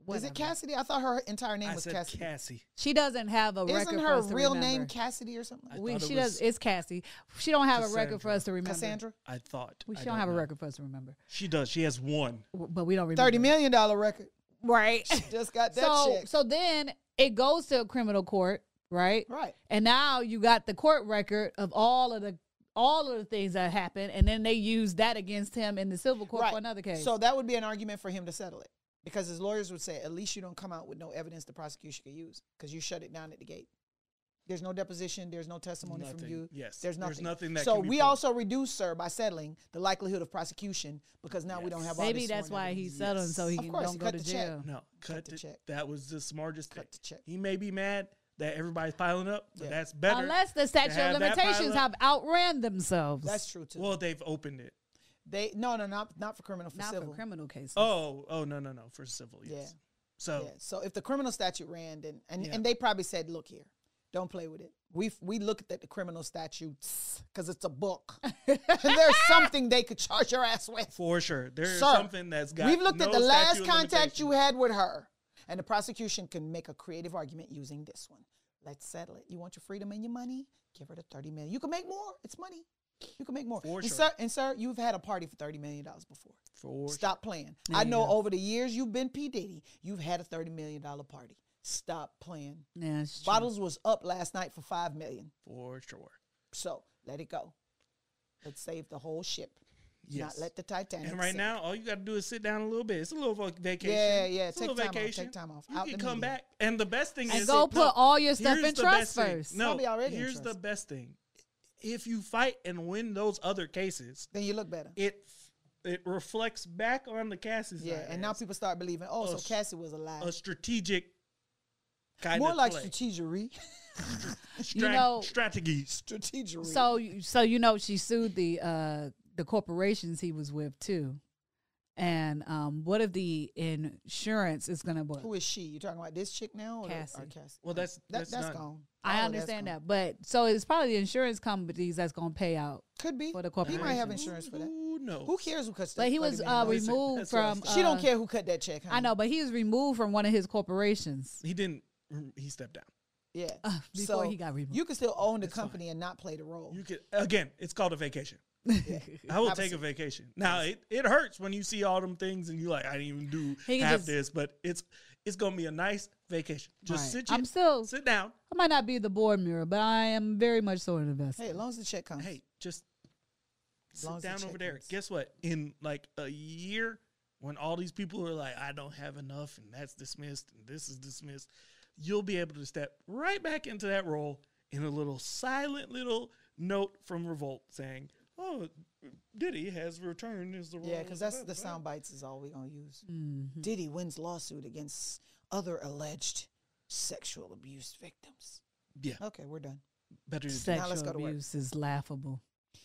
[SPEAKER 1] whatever.
[SPEAKER 2] it Cassidy? I thought her entire name
[SPEAKER 3] I
[SPEAKER 2] was
[SPEAKER 3] said
[SPEAKER 2] Cassidy.
[SPEAKER 3] Cassie.
[SPEAKER 1] She doesn't have a record
[SPEAKER 2] Isn't
[SPEAKER 1] for
[SPEAKER 2] her
[SPEAKER 1] us to
[SPEAKER 2] real
[SPEAKER 1] remember.
[SPEAKER 2] name Cassidy or something?
[SPEAKER 3] I
[SPEAKER 1] We,
[SPEAKER 3] thought it
[SPEAKER 1] she
[SPEAKER 3] was
[SPEAKER 1] does. It's Cassie. She don't have a record for
[SPEAKER 3] Cassandra.
[SPEAKER 1] us to remember.
[SPEAKER 2] Cassandra?
[SPEAKER 3] I thought.
[SPEAKER 1] We
[SPEAKER 3] I
[SPEAKER 1] she don't have a
[SPEAKER 3] know.
[SPEAKER 1] record for us to remember,
[SPEAKER 3] She does. She has one.
[SPEAKER 1] W- but we don't remember.
[SPEAKER 2] $30 million record.
[SPEAKER 1] right?
[SPEAKER 2] Just got that
[SPEAKER 1] so
[SPEAKER 2] check.
[SPEAKER 1] so then it goes to a criminal court, right?
[SPEAKER 2] right.
[SPEAKER 1] And now you got the court record of all of the all of the things that happened, and then they use that against him in the civil court for another case.
[SPEAKER 2] So that would be an argument for him to settle it. Because his lawyers would say, at least you don't come out with no evidence the prosecution could use because you shut it down at the gate. There's no deposition. There's no testimony from
[SPEAKER 3] Nothing.
[SPEAKER 2] you.
[SPEAKER 3] Yes.
[SPEAKER 2] There's
[SPEAKER 3] There's
[SPEAKER 2] nothing.
[SPEAKER 3] nothing that
[SPEAKER 2] so
[SPEAKER 3] can be
[SPEAKER 2] we
[SPEAKER 3] proved.
[SPEAKER 2] also reduce, sir, by settling the likelihood of prosecution because now we don't have all
[SPEAKER 1] maybe
[SPEAKER 2] this
[SPEAKER 1] that's
[SPEAKER 2] sworn
[SPEAKER 1] why
[SPEAKER 2] evidence.
[SPEAKER 1] he's settling so he
[SPEAKER 2] Of
[SPEAKER 1] can
[SPEAKER 2] course,
[SPEAKER 1] don't
[SPEAKER 2] he
[SPEAKER 1] go
[SPEAKER 2] cut
[SPEAKER 1] to
[SPEAKER 2] the check.
[SPEAKER 1] jail.
[SPEAKER 3] No, cut,
[SPEAKER 2] the
[SPEAKER 3] the
[SPEAKER 2] check.
[SPEAKER 3] That was the smartest
[SPEAKER 2] Cut
[SPEAKER 3] thing.
[SPEAKER 2] the check.
[SPEAKER 3] He may be mad that everybody's piling up, but
[SPEAKER 2] Yeah.
[SPEAKER 3] that's better.
[SPEAKER 1] Unless the
[SPEAKER 3] to
[SPEAKER 1] statute
[SPEAKER 3] have
[SPEAKER 1] of
[SPEAKER 3] that pile
[SPEAKER 1] limitations
[SPEAKER 3] up.
[SPEAKER 1] have outran themselves.
[SPEAKER 2] That's true too.
[SPEAKER 3] Well, they've opened it.
[SPEAKER 2] they no, no, not not for criminal, for
[SPEAKER 1] not
[SPEAKER 2] civil.
[SPEAKER 1] for criminal cases.
[SPEAKER 3] Oh, oh no, no, no, for civil. Yes.
[SPEAKER 2] Yeah.
[SPEAKER 3] So
[SPEAKER 2] Yeah. So if the criminal statute ran, then and,
[SPEAKER 3] Yeah.
[SPEAKER 2] and they probably said, "Look here, don't play with it." We we looked at the criminal statutes because it's a book, and there's something they could charge your ass with.
[SPEAKER 3] for sure, there's
[SPEAKER 2] Sir,
[SPEAKER 3] something that's got.
[SPEAKER 2] We've looked at
[SPEAKER 3] no
[SPEAKER 2] the last
[SPEAKER 3] statute of
[SPEAKER 2] contact you
[SPEAKER 3] limitations.
[SPEAKER 2] had with her, and the prosecution can make a creative argument using this one. Let's settle it. You want your freedom and your money? Give her the thirty million. You can make more. It's money. You can make more.
[SPEAKER 3] For
[SPEAKER 2] and
[SPEAKER 3] sure.
[SPEAKER 2] sir, and sir, you've had a party for thirty million dollars before.
[SPEAKER 3] For sure.
[SPEAKER 2] Stop playing. I know over the years you've been P Diddy, you've had a thirty million dollar party. Stop playing.
[SPEAKER 1] Yeah, it's true.
[SPEAKER 2] Bottles was up last night for five million.
[SPEAKER 3] For sure.
[SPEAKER 2] So let it go. Let's save the whole ship.
[SPEAKER 3] Yes.
[SPEAKER 2] Not let the Titanic.
[SPEAKER 3] and right
[SPEAKER 2] sink.
[SPEAKER 3] now, all you got to do is sit down a little bit. It's a little vac- vacation.
[SPEAKER 2] Yeah, yeah,
[SPEAKER 3] It's a
[SPEAKER 2] take
[SPEAKER 3] little
[SPEAKER 2] time off, take
[SPEAKER 3] vacation.
[SPEAKER 2] time off.
[SPEAKER 3] You
[SPEAKER 2] Out
[SPEAKER 3] can
[SPEAKER 2] the
[SPEAKER 3] come
[SPEAKER 2] media.
[SPEAKER 3] back. And the best thing
[SPEAKER 1] And
[SPEAKER 3] is,
[SPEAKER 1] go put all your stuff
[SPEAKER 3] here's
[SPEAKER 1] in
[SPEAKER 3] the
[SPEAKER 1] trust
[SPEAKER 3] best thing.
[SPEAKER 1] first.
[SPEAKER 3] No,
[SPEAKER 2] Probably already in
[SPEAKER 3] here's the
[SPEAKER 2] trust.
[SPEAKER 3] best thing. If you fight and win those other cases,
[SPEAKER 2] Then you look better.
[SPEAKER 3] it it reflects back on the Cassie's
[SPEAKER 2] Yeah, and now people start believing, oh,
[SPEAKER 3] A
[SPEAKER 2] so
[SPEAKER 3] s-
[SPEAKER 2] Cassie was alive.
[SPEAKER 3] a strategic kind
[SPEAKER 2] More
[SPEAKER 3] of
[SPEAKER 2] like
[SPEAKER 3] play.
[SPEAKER 2] strategery.
[SPEAKER 3] Strat-
[SPEAKER 1] You know-
[SPEAKER 3] strategies.
[SPEAKER 2] strategery.
[SPEAKER 1] So you- so you know she sued the uh the corporations he was with too. And um what if the insurance is gonna what?
[SPEAKER 2] who is she? You talking about this chick now? Or the- or
[SPEAKER 1] Cassie.
[SPEAKER 2] Cassie?
[SPEAKER 3] Well, that's
[SPEAKER 2] That,
[SPEAKER 3] that's,
[SPEAKER 2] that's
[SPEAKER 3] not,
[SPEAKER 2] gone.
[SPEAKER 1] I
[SPEAKER 2] Oh,
[SPEAKER 1] understand
[SPEAKER 2] that's
[SPEAKER 1] that. But so it's probably the insurance companies that's gonna pay out.
[SPEAKER 2] gone. Could be.
[SPEAKER 1] for the
[SPEAKER 2] He might have
[SPEAKER 1] corporation.
[SPEAKER 2] insurance for that.
[SPEAKER 3] Who knows?
[SPEAKER 2] Who cares who cuts that?
[SPEAKER 1] But he
[SPEAKER 2] 30
[SPEAKER 1] was
[SPEAKER 2] million
[SPEAKER 1] uh
[SPEAKER 2] dollars?
[SPEAKER 3] Listen,
[SPEAKER 1] removed
[SPEAKER 3] that's what I
[SPEAKER 1] from
[SPEAKER 3] said.
[SPEAKER 2] she don't
[SPEAKER 1] uh,
[SPEAKER 2] care who cut that check. Honey.
[SPEAKER 1] I know, but he was removed from one of his corporations.
[SPEAKER 3] He didn't. He stepped down.
[SPEAKER 2] Yeah.
[SPEAKER 1] Uh, before he got removed.
[SPEAKER 2] You can still own the company and not play the role.
[SPEAKER 3] You could again. It's called a vacation. I will
[SPEAKER 2] Have a
[SPEAKER 3] take a
[SPEAKER 2] seat.
[SPEAKER 3] vacation. Now it, it hurts when you see all them things and you like I didn't even do
[SPEAKER 1] He can
[SPEAKER 3] half
[SPEAKER 1] just-
[SPEAKER 3] this, but it's It's gonna be a nice vacation. Just
[SPEAKER 2] Right.
[SPEAKER 3] sit your,
[SPEAKER 1] I'm still.
[SPEAKER 3] sit down.
[SPEAKER 1] I might not be the board mirror, but I am very much so invested.
[SPEAKER 2] Hey, as long as the check comes.
[SPEAKER 3] Hey, just sit
[SPEAKER 2] long as the
[SPEAKER 3] down
[SPEAKER 2] check
[SPEAKER 3] over there.
[SPEAKER 2] comes.
[SPEAKER 3] Guess what? In like a year, when all these people are like, I don't have enough, and that's dismissed, and this is dismissed, you'll be able to step right back into that role in a little silent little note from Revolt saying, Oh, Diddy has returned as the role.
[SPEAKER 2] Yeah, because that's the sound bites is all we gonna use.
[SPEAKER 1] Mm-hmm.
[SPEAKER 2] Diddy wins lawsuit against other alleged sexual abuse victims.
[SPEAKER 3] Yeah,
[SPEAKER 2] Okay, we're done.
[SPEAKER 3] better. than-
[SPEAKER 2] Now let's
[SPEAKER 1] Sexual
[SPEAKER 2] go to work.
[SPEAKER 1] abuse is laughable.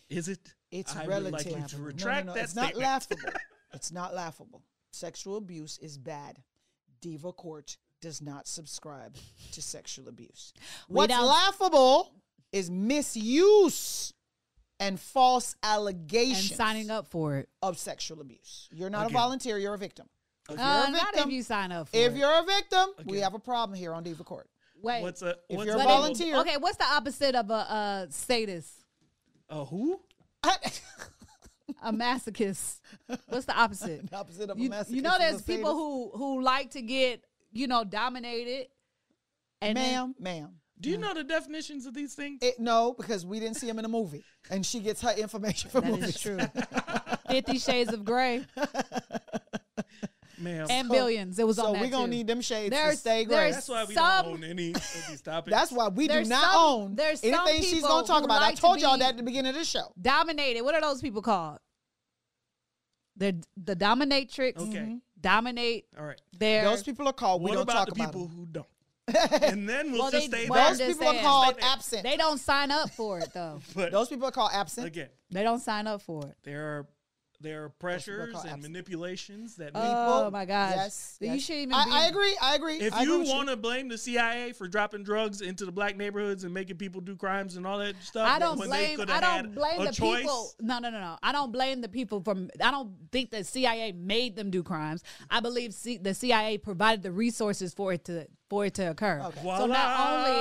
[SPEAKER 3] Is it?
[SPEAKER 2] It's
[SPEAKER 3] I would
[SPEAKER 2] relative.
[SPEAKER 3] like you to
[SPEAKER 2] No, no,
[SPEAKER 3] retract
[SPEAKER 2] no,
[SPEAKER 3] that
[SPEAKER 2] it's
[SPEAKER 3] statement.
[SPEAKER 2] not laughable. it's not laughable. Sexual abuse is bad. Diva Court does not subscribe to sexual abuse.
[SPEAKER 1] We
[SPEAKER 2] What's
[SPEAKER 1] don't-
[SPEAKER 2] laughable is misuse and false
[SPEAKER 1] And
[SPEAKER 2] allegations
[SPEAKER 1] signing up for it.
[SPEAKER 2] of sexual abuse. You're not
[SPEAKER 3] Again.
[SPEAKER 2] a volunteer, you're a victim. If you're
[SPEAKER 1] Uh,
[SPEAKER 2] a
[SPEAKER 1] not if
[SPEAKER 2] victim-
[SPEAKER 1] you sign up for
[SPEAKER 2] If
[SPEAKER 1] it.
[SPEAKER 2] you're a victim, we
[SPEAKER 3] Again.
[SPEAKER 2] have a problem here on Diva Court.
[SPEAKER 1] Wait.
[SPEAKER 3] What's a
[SPEAKER 2] If
[SPEAKER 3] what's
[SPEAKER 2] you're a
[SPEAKER 3] a
[SPEAKER 1] but
[SPEAKER 3] volunteer?
[SPEAKER 2] volunteer-
[SPEAKER 1] okay, what's the opposite of a uh, status?
[SPEAKER 3] A who?
[SPEAKER 1] A masochist. what's the opposite?
[SPEAKER 2] Opposite of a
[SPEAKER 1] you,
[SPEAKER 2] masochist
[SPEAKER 1] you know,
[SPEAKER 2] is a
[SPEAKER 1] there's people who
[SPEAKER 2] sadist.
[SPEAKER 1] who like to get you know dominated. And then-
[SPEAKER 2] ma'am, ma'am.
[SPEAKER 3] Do you know the definitions of these things?
[SPEAKER 2] It, no, because we didn't see him in a movie, and she gets her information from
[SPEAKER 1] that
[SPEAKER 2] movies.
[SPEAKER 1] is true. Fifty Shades of Grey
[SPEAKER 3] Ma'am,
[SPEAKER 1] and Billions. It was
[SPEAKER 2] So
[SPEAKER 1] on that
[SPEAKER 2] we're gonna
[SPEAKER 1] too.
[SPEAKER 2] need them shades to
[SPEAKER 1] There's-
[SPEAKER 2] stay gray.
[SPEAKER 1] there's-
[SPEAKER 3] that's why we
[SPEAKER 1] some-
[SPEAKER 3] don't own any of these topics.
[SPEAKER 2] That's why we do
[SPEAKER 1] there's
[SPEAKER 2] not
[SPEAKER 1] some-
[SPEAKER 2] own
[SPEAKER 1] there's some
[SPEAKER 2] anything she's
[SPEAKER 1] people
[SPEAKER 2] gonna talk
[SPEAKER 1] who
[SPEAKER 2] about. I
[SPEAKER 1] like to
[SPEAKER 2] told y'all
[SPEAKER 1] be-
[SPEAKER 2] that at the beginning of the show.
[SPEAKER 1] Dominated. What are those people called? They're the dominatrix.
[SPEAKER 3] Okay.
[SPEAKER 1] Dominate.
[SPEAKER 3] All right.
[SPEAKER 1] Their
[SPEAKER 2] Those people are called. We
[SPEAKER 3] what
[SPEAKER 2] don't
[SPEAKER 3] about
[SPEAKER 2] talk
[SPEAKER 3] the
[SPEAKER 2] about
[SPEAKER 3] people
[SPEAKER 2] them.
[SPEAKER 3] who don't? and then we'll
[SPEAKER 1] Well,
[SPEAKER 3] just
[SPEAKER 1] they-
[SPEAKER 3] stay
[SPEAKER 1] well,
[SPEAKER 3] there.
[SPEAKER 2] Those
[SPEAKER 1] I'm just
[SPEAKER 2] people are
[SPEAKER 1] saying.
[SPEAKER 2] called
[SPEAKER 3] Stay there.
[SPEAKER 2] absent.
[SPEAKER 1] they don't sign up for it though.
[SPEAKER 3] But
[SPEAKER 2] Those people are called absent.
[SPEAKER 3] again,
[SPEAKER 1] they don't sign up for it.
[SPEAKER 3] there are there are pressures
[SPEAKER 2] call Uh,
[SPEAKER 3] and
[SPEAKER 2] absent.
[SPEAKER 3] manipulations that
[SPEAKER 1] Oh,
[SPEAKER 3] make
[SPEAKER 1] my gosh.
[SPEAKER 2] Yes,
[SPEAKER 1] You
[SPEAKER 2] yes.
[SPEAKER 1] shouldn't even be-
[SPEAKER 2] I, I agree. I agree.
[SPEAKER 3] if
[SPEAKER 2] I agree
[SPEAKER 3] you
[SPEAKER 2] with
[SPEAKER 3] want to blame the CIA for dropping drugs into the black neighborhoods and making people do crimes and all that stuff,
[SPEAKER 1] I don't
[SPEAKER 3] when
[SPEAKER 1] blame.
[SPEAKER 3] They coulda
[SPEAKER 1] I
[SPEAKER 3] had
[SPEAKER 1] don't blame
[SPEAKER 3] a
[SPEAKER 1] the
[SPEAKER 3] choice,
[SPEAKER 1] people. No, no, no, no. I don't blame the people from. I don't think the CIA made them do crimes. I believe C, the CIA provided the resources for it to for it to occur. So
[SPEAKER 3] Voila.
[SPEAKER 1] not only,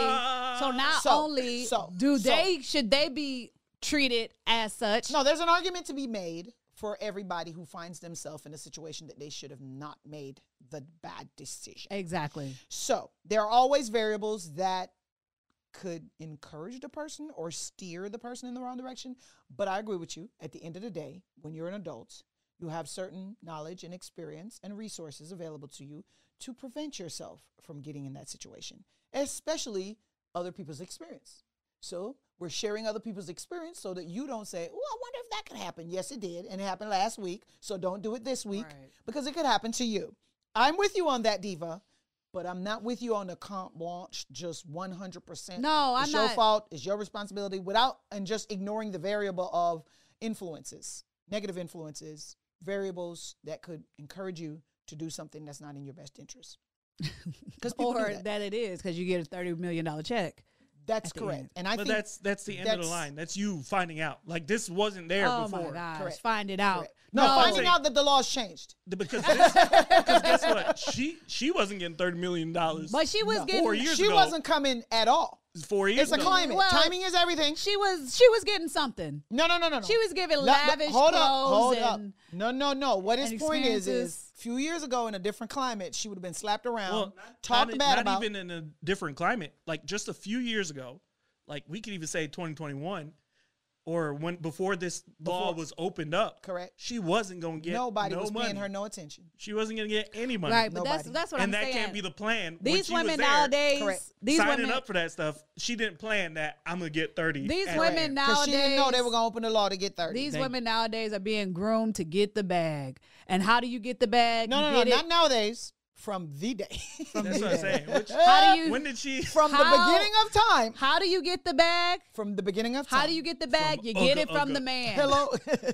[SPEAKER 1] so not
[SPEAKER 2] So,
[SPEAKER 1] only
[SPEAKER 2] so,
[SPEAKER 1] do
[SPEAKER 2] so.
[SPEAKER 1] they should they be treated as such.
[SPEAKER 2] No, there's an argument to be made for everybody who finds themselves in a situation that they should have not made the bad decision.
[SPEAKER 1] Exactly.
[SPEAKER 2] So there are always variables that could encourage the person or steer the person in the wrong direction. But I agree with you. At the end of the day, when you're an adult, you have certain knowledge and experience and resources available to you to prevent yourself from getting in that situation, especially other people's experience. So we're sharing other people's experience so that you don't say, Oh, I wonder if that could happen. Yes, it did. And it happened last week. So don't do it this week
[SPEAKER 1] Right.
[SPEAKER 2] because it could happen to you. I'm with you on that, Diva, but I'm not with you on the comp launch just 100%.
[SPEAKER 1] No, I'm
[SPEAKER 2] it's your
[SPEAKER 1] not-
[SPEAKER 2] fault. It's your responsibility without, and just ignoring the variable of influences, negative influences, variables that could encourage you to do something that's not in your best interest. Because people do
[SPEAKER 1] Or
[SPEAKER 2] that.
[SPEAKER 1] that it is because you get a thirty million dollar check.
[SPEAKER 2] That's
[SPEAKER 1] at the
[SPEAKER 2] correct.
[SPEAKER 1] end.
[SPEAKER 2] And I
[SPEAKER 3] But
[SPEAKER 2] think
[SPEAKER 3] that's that's the end of the
[SPEAKER 2] that's-
[SPEAKER 3] line. That's you finding out. Like this wasn't there
[SPEAKER 1] Oh my
[SPEAKER 3] before.
[SPEAKER 1] gosh!
[SPEAKER 2] Correct.
[SPEAKER 1] Find it out.
[SPEAKER 2] correct. no, finding
[SPEAKER 3] Saying-
[SPEAKER 2] out that the law's changed.
[SPEAKER 3] The- because this, because guess what? She she wasn't getting thirty million dollars.
[SPEAKER 1] But she was
[SPEAKER 2] No.
[SPEAKER 1] getting
[SPEAKER 3] Four years
[SPEAKER 2] She
[SPEAKER 3] ago.
[SPEAKER 2] wasn't coming at all.
[SPEAKER 3] four years.
[SPEAKER 2] It's a
[SPEAKER 3] ago.
[SPEAKER 2] climate.
[SPEAKER 1] Well-
[SPEAKER 2] Timing is everything.
[SPEAKER 1] She was she was getting something.
[SPEAKER 2] No, no, no, no, no.
[SPEAKER 1] She was giving
[SPEAKER 2] No, no,
[SPEAKER 1] lavish clothes and
[SPEAKER 2] No, no, no. What his
[SPEAKER 1] and
[SPEAKER 2] point is is
[SPEAKER 1] experiences.
[SPEAKER 2] a few years ago in a different climate, she would have been slapped around,
[SPEAKER 3] Well,
[SPEAKER 2] talked
[SPEAKER 3] not,
[SPEAKER 2] bad
[SPEAKER 3] not
[SPEAKER 2] about.
[SPEAKER 3] even in a different climate. Like just a few years ago, like we could even say 2021, or when before this law
[SPEAKER 2] Before-
[SPEAKER 3] was opened up.
[SPEAKER 2] Correct.
[SPEAKER 3] She wasn't going to get
[SPEAKER 2] Nobody
[SPEAKER 3] no
[SPEAKER 2] was
[SPEAKER 3] money.
[SPEAKER 2] paying her no attention.
[SPEAKER 3] She wasn't going to get any money.
[SPEAKER 1] Right, but that's
[SPEAKER 2] Nobody.
[SPEAKER 1] that's what I'm
[SPEAKER 3] and
[SPEAKER 1] saying.
[SPEAKER 3] that can't be the plan. When
[SPEAKER 1] These
[SPEAKER 3] she was
[SPEAKER 1] women
[SPEAKER 3] there,
[SPEAKER 1] nowadays,
[SPEAKER 2] Correct.
[SPEAKER 1] these
[SPEAKER 3] signing
[SPEAKER 1] women,
[SPEAKER 3] up for that stuff, she didn't plan that I'm gonna get 30.
[SPEAKER 1] These
[SPEAKER 3] at
[SPEAKER 1] women
[SPEAKER 3] hand.
[SPEAKER 1] now-
[SPEAKER 2] Because she didn't know they
[SPEAKER 1] Nowadays-
[SPEAKER 2] were going to open the law to get 30.
[SPEAKER 1] these women nowadays are being groomed to get the bag. And how do you get the bag?
[SPEAKER 2] no,
[SPEAKER 1] You
[SPEAKER 2] no, no.
[SPEAKER 1] get
[SPEAKER 2] Not
[SPEAKER 1] it-
[SPEAKER 2] nowadays. From the day. From,
[SPEAKER 3] That's what I'm saying. Which,
[SPEAKER 1] How do you
[SPEAKER 3] when did she?
[SPEAKER 2] from the
[SPEAKER 1] How-
[SPEAKER 2] beginning of time.
[SPEAKER 1] How do you get the bag?
[SPEAKER 2] From the beginning of time.
[SPEAKER 1] How do you get the bag? you get
[SPEAKER 3] Ugga
[SPEAKER 1] it from
[SPEAKER 3] Ugga.
[SPEAKER 1] the man.
[SPEAKER 2] Hello.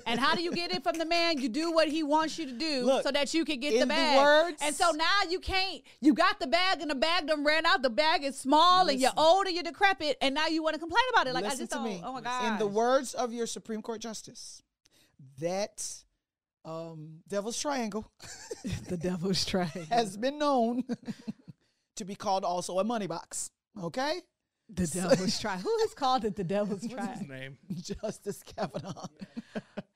[SPEAKER 1] And how do you get it from the man? You do what he wants you to do
[SPEAKER 2] Look,
[SPEAKER 1] so that you can get
[SPEAKER 2] in
[SPEAKER 1] the
[SPEAKER 2] the
[SPEAKER 1] bag.
[SPEAKER 2] words-
[SPEAKER 1] and so now you can't. You got the bag and the bag done ran out. The bag is small and you're old and you're decrepit. And now you want to complain about it. Like I
[SPEAKER 2] Listen
[SPEAKER 1] just
[SPEAKER 2] to
[SPEAKER 1] don't.
[SPEAKER 2] me.
[SPEAKER 1] Oh my god.
[SPEAKER 2] In the words of your Supreme Court Justice, that um, devil's triangle
[SPEAKER 1] the devil's trying.
[SPEAKER 2] has been known to be called also a money box. Okay?
[SPEAKER 1] The devil's try. Who has called it the devil's
[SPEAKER 3] What's
[SPEAKER 1] try?
[SPEAKER 3] his name?
[SPEAKER 2] Justice Kavanaugh.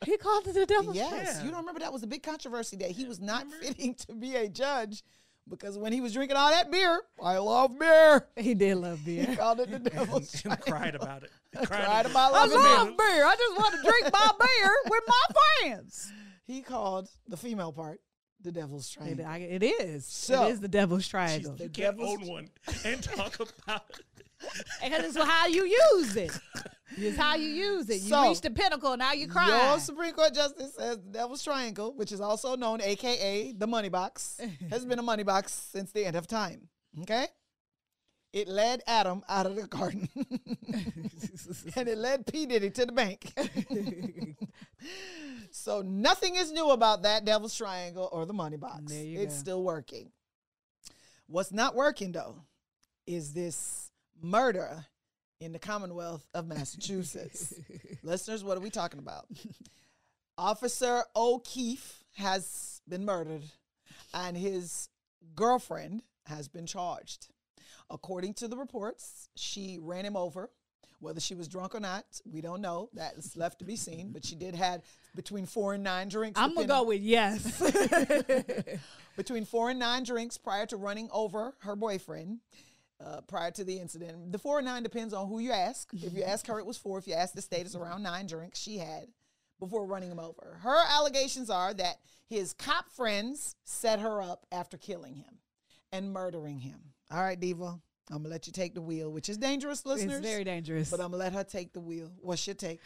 [SPEAKER 1] He called it the devil's try.
[SPEAKER 2] Yes. You don't remember that was a big controversy that he was not fitting to be a judge because when he was drinking all that beer, I love beer.
[SPEAKER 1] He did love
[SPEAKER 2] He
[SPEAKER 1] beer.
[SPEAKER 2] called it the
[SPEAKER 3] and,
[SPEAKER 2] devil's
[SPEAKER 3] and cried about it.
[SPEAKER 2] Cried
[SPEAKER 3] it.
[SPEAKER 2] about
[SPEAKER 1] I
[SPEAKER 2] loving beer.
[SPEAKER 1] love beer. I just want to drink my beer with my friends.
[SPEAKER 2] He called the female part the devil's
[SPEAKER 1] It,
[SPEAKER 2] triangle.
[SPEAKER 1] I, it is.
[SPEAKER 2] So-
[SPEAKER 1] it is the devil's
[SPEAKER 3] Jeez,
[SPEAKER 1] triangle.
[SPEAKER 3] you can't
[SPEAKER 2] devil's-
[SPEAKER 3] own one and talk about it.
[SPEAKER 1] Because it's how you use it. It's how you use it. You
[SPEAKER 2] So-
[SPEAKER 1] reach the pinnacle, now you
[SPEAKER 2] Your
[SPEAKER 1] cry.
[SPEAKER 2] Supreme Court Justice says the devil's triangle, which is also known aka the money box, has been a money box since the end of time. Okay? It led Adam out of the garden. and it led P. Diddy to the bank. so nothing is new about that devil's triangle or the money box.
[SPEAKER 1] There you
[SPEAKER 2] it's
[SPEAKER 1] go.
[SPEAKER 2] still working. What's not working though is this murder in the Commonwealth of Massachusetts. Listeners, what are we talking about? Officer O'Keefe has been murdered and his girlfriend has been charged. According to the reports, she ran him over. Whether she was drunk or not, we don't know. That's left to be seen. But she did had between four and nine drinks.
[SPEAKER 1] I'm going to
[SPEAKER 2] depending-
[SPEAKER 1] go with yes.
[SPEAKER 2] between four and nine drinks prior to running over her boyfriend uh, prior to the incident. The four and nine depends on who you ask. If you ask her, it was four. If you ask the state, it's around nine drinks she had before running him over. Her allegations are that his cop friends set her up after killing him and murdering him. All right, Diva, I'm gonna let you take the wheel, which is dangerous,
[SPEAKER 1] it's
[SPEAKER 2] listeners.
[SPEAKER 1] very dangerous.
[SPEAKER 2] but I'm gonna let her take the wheel. What's your take?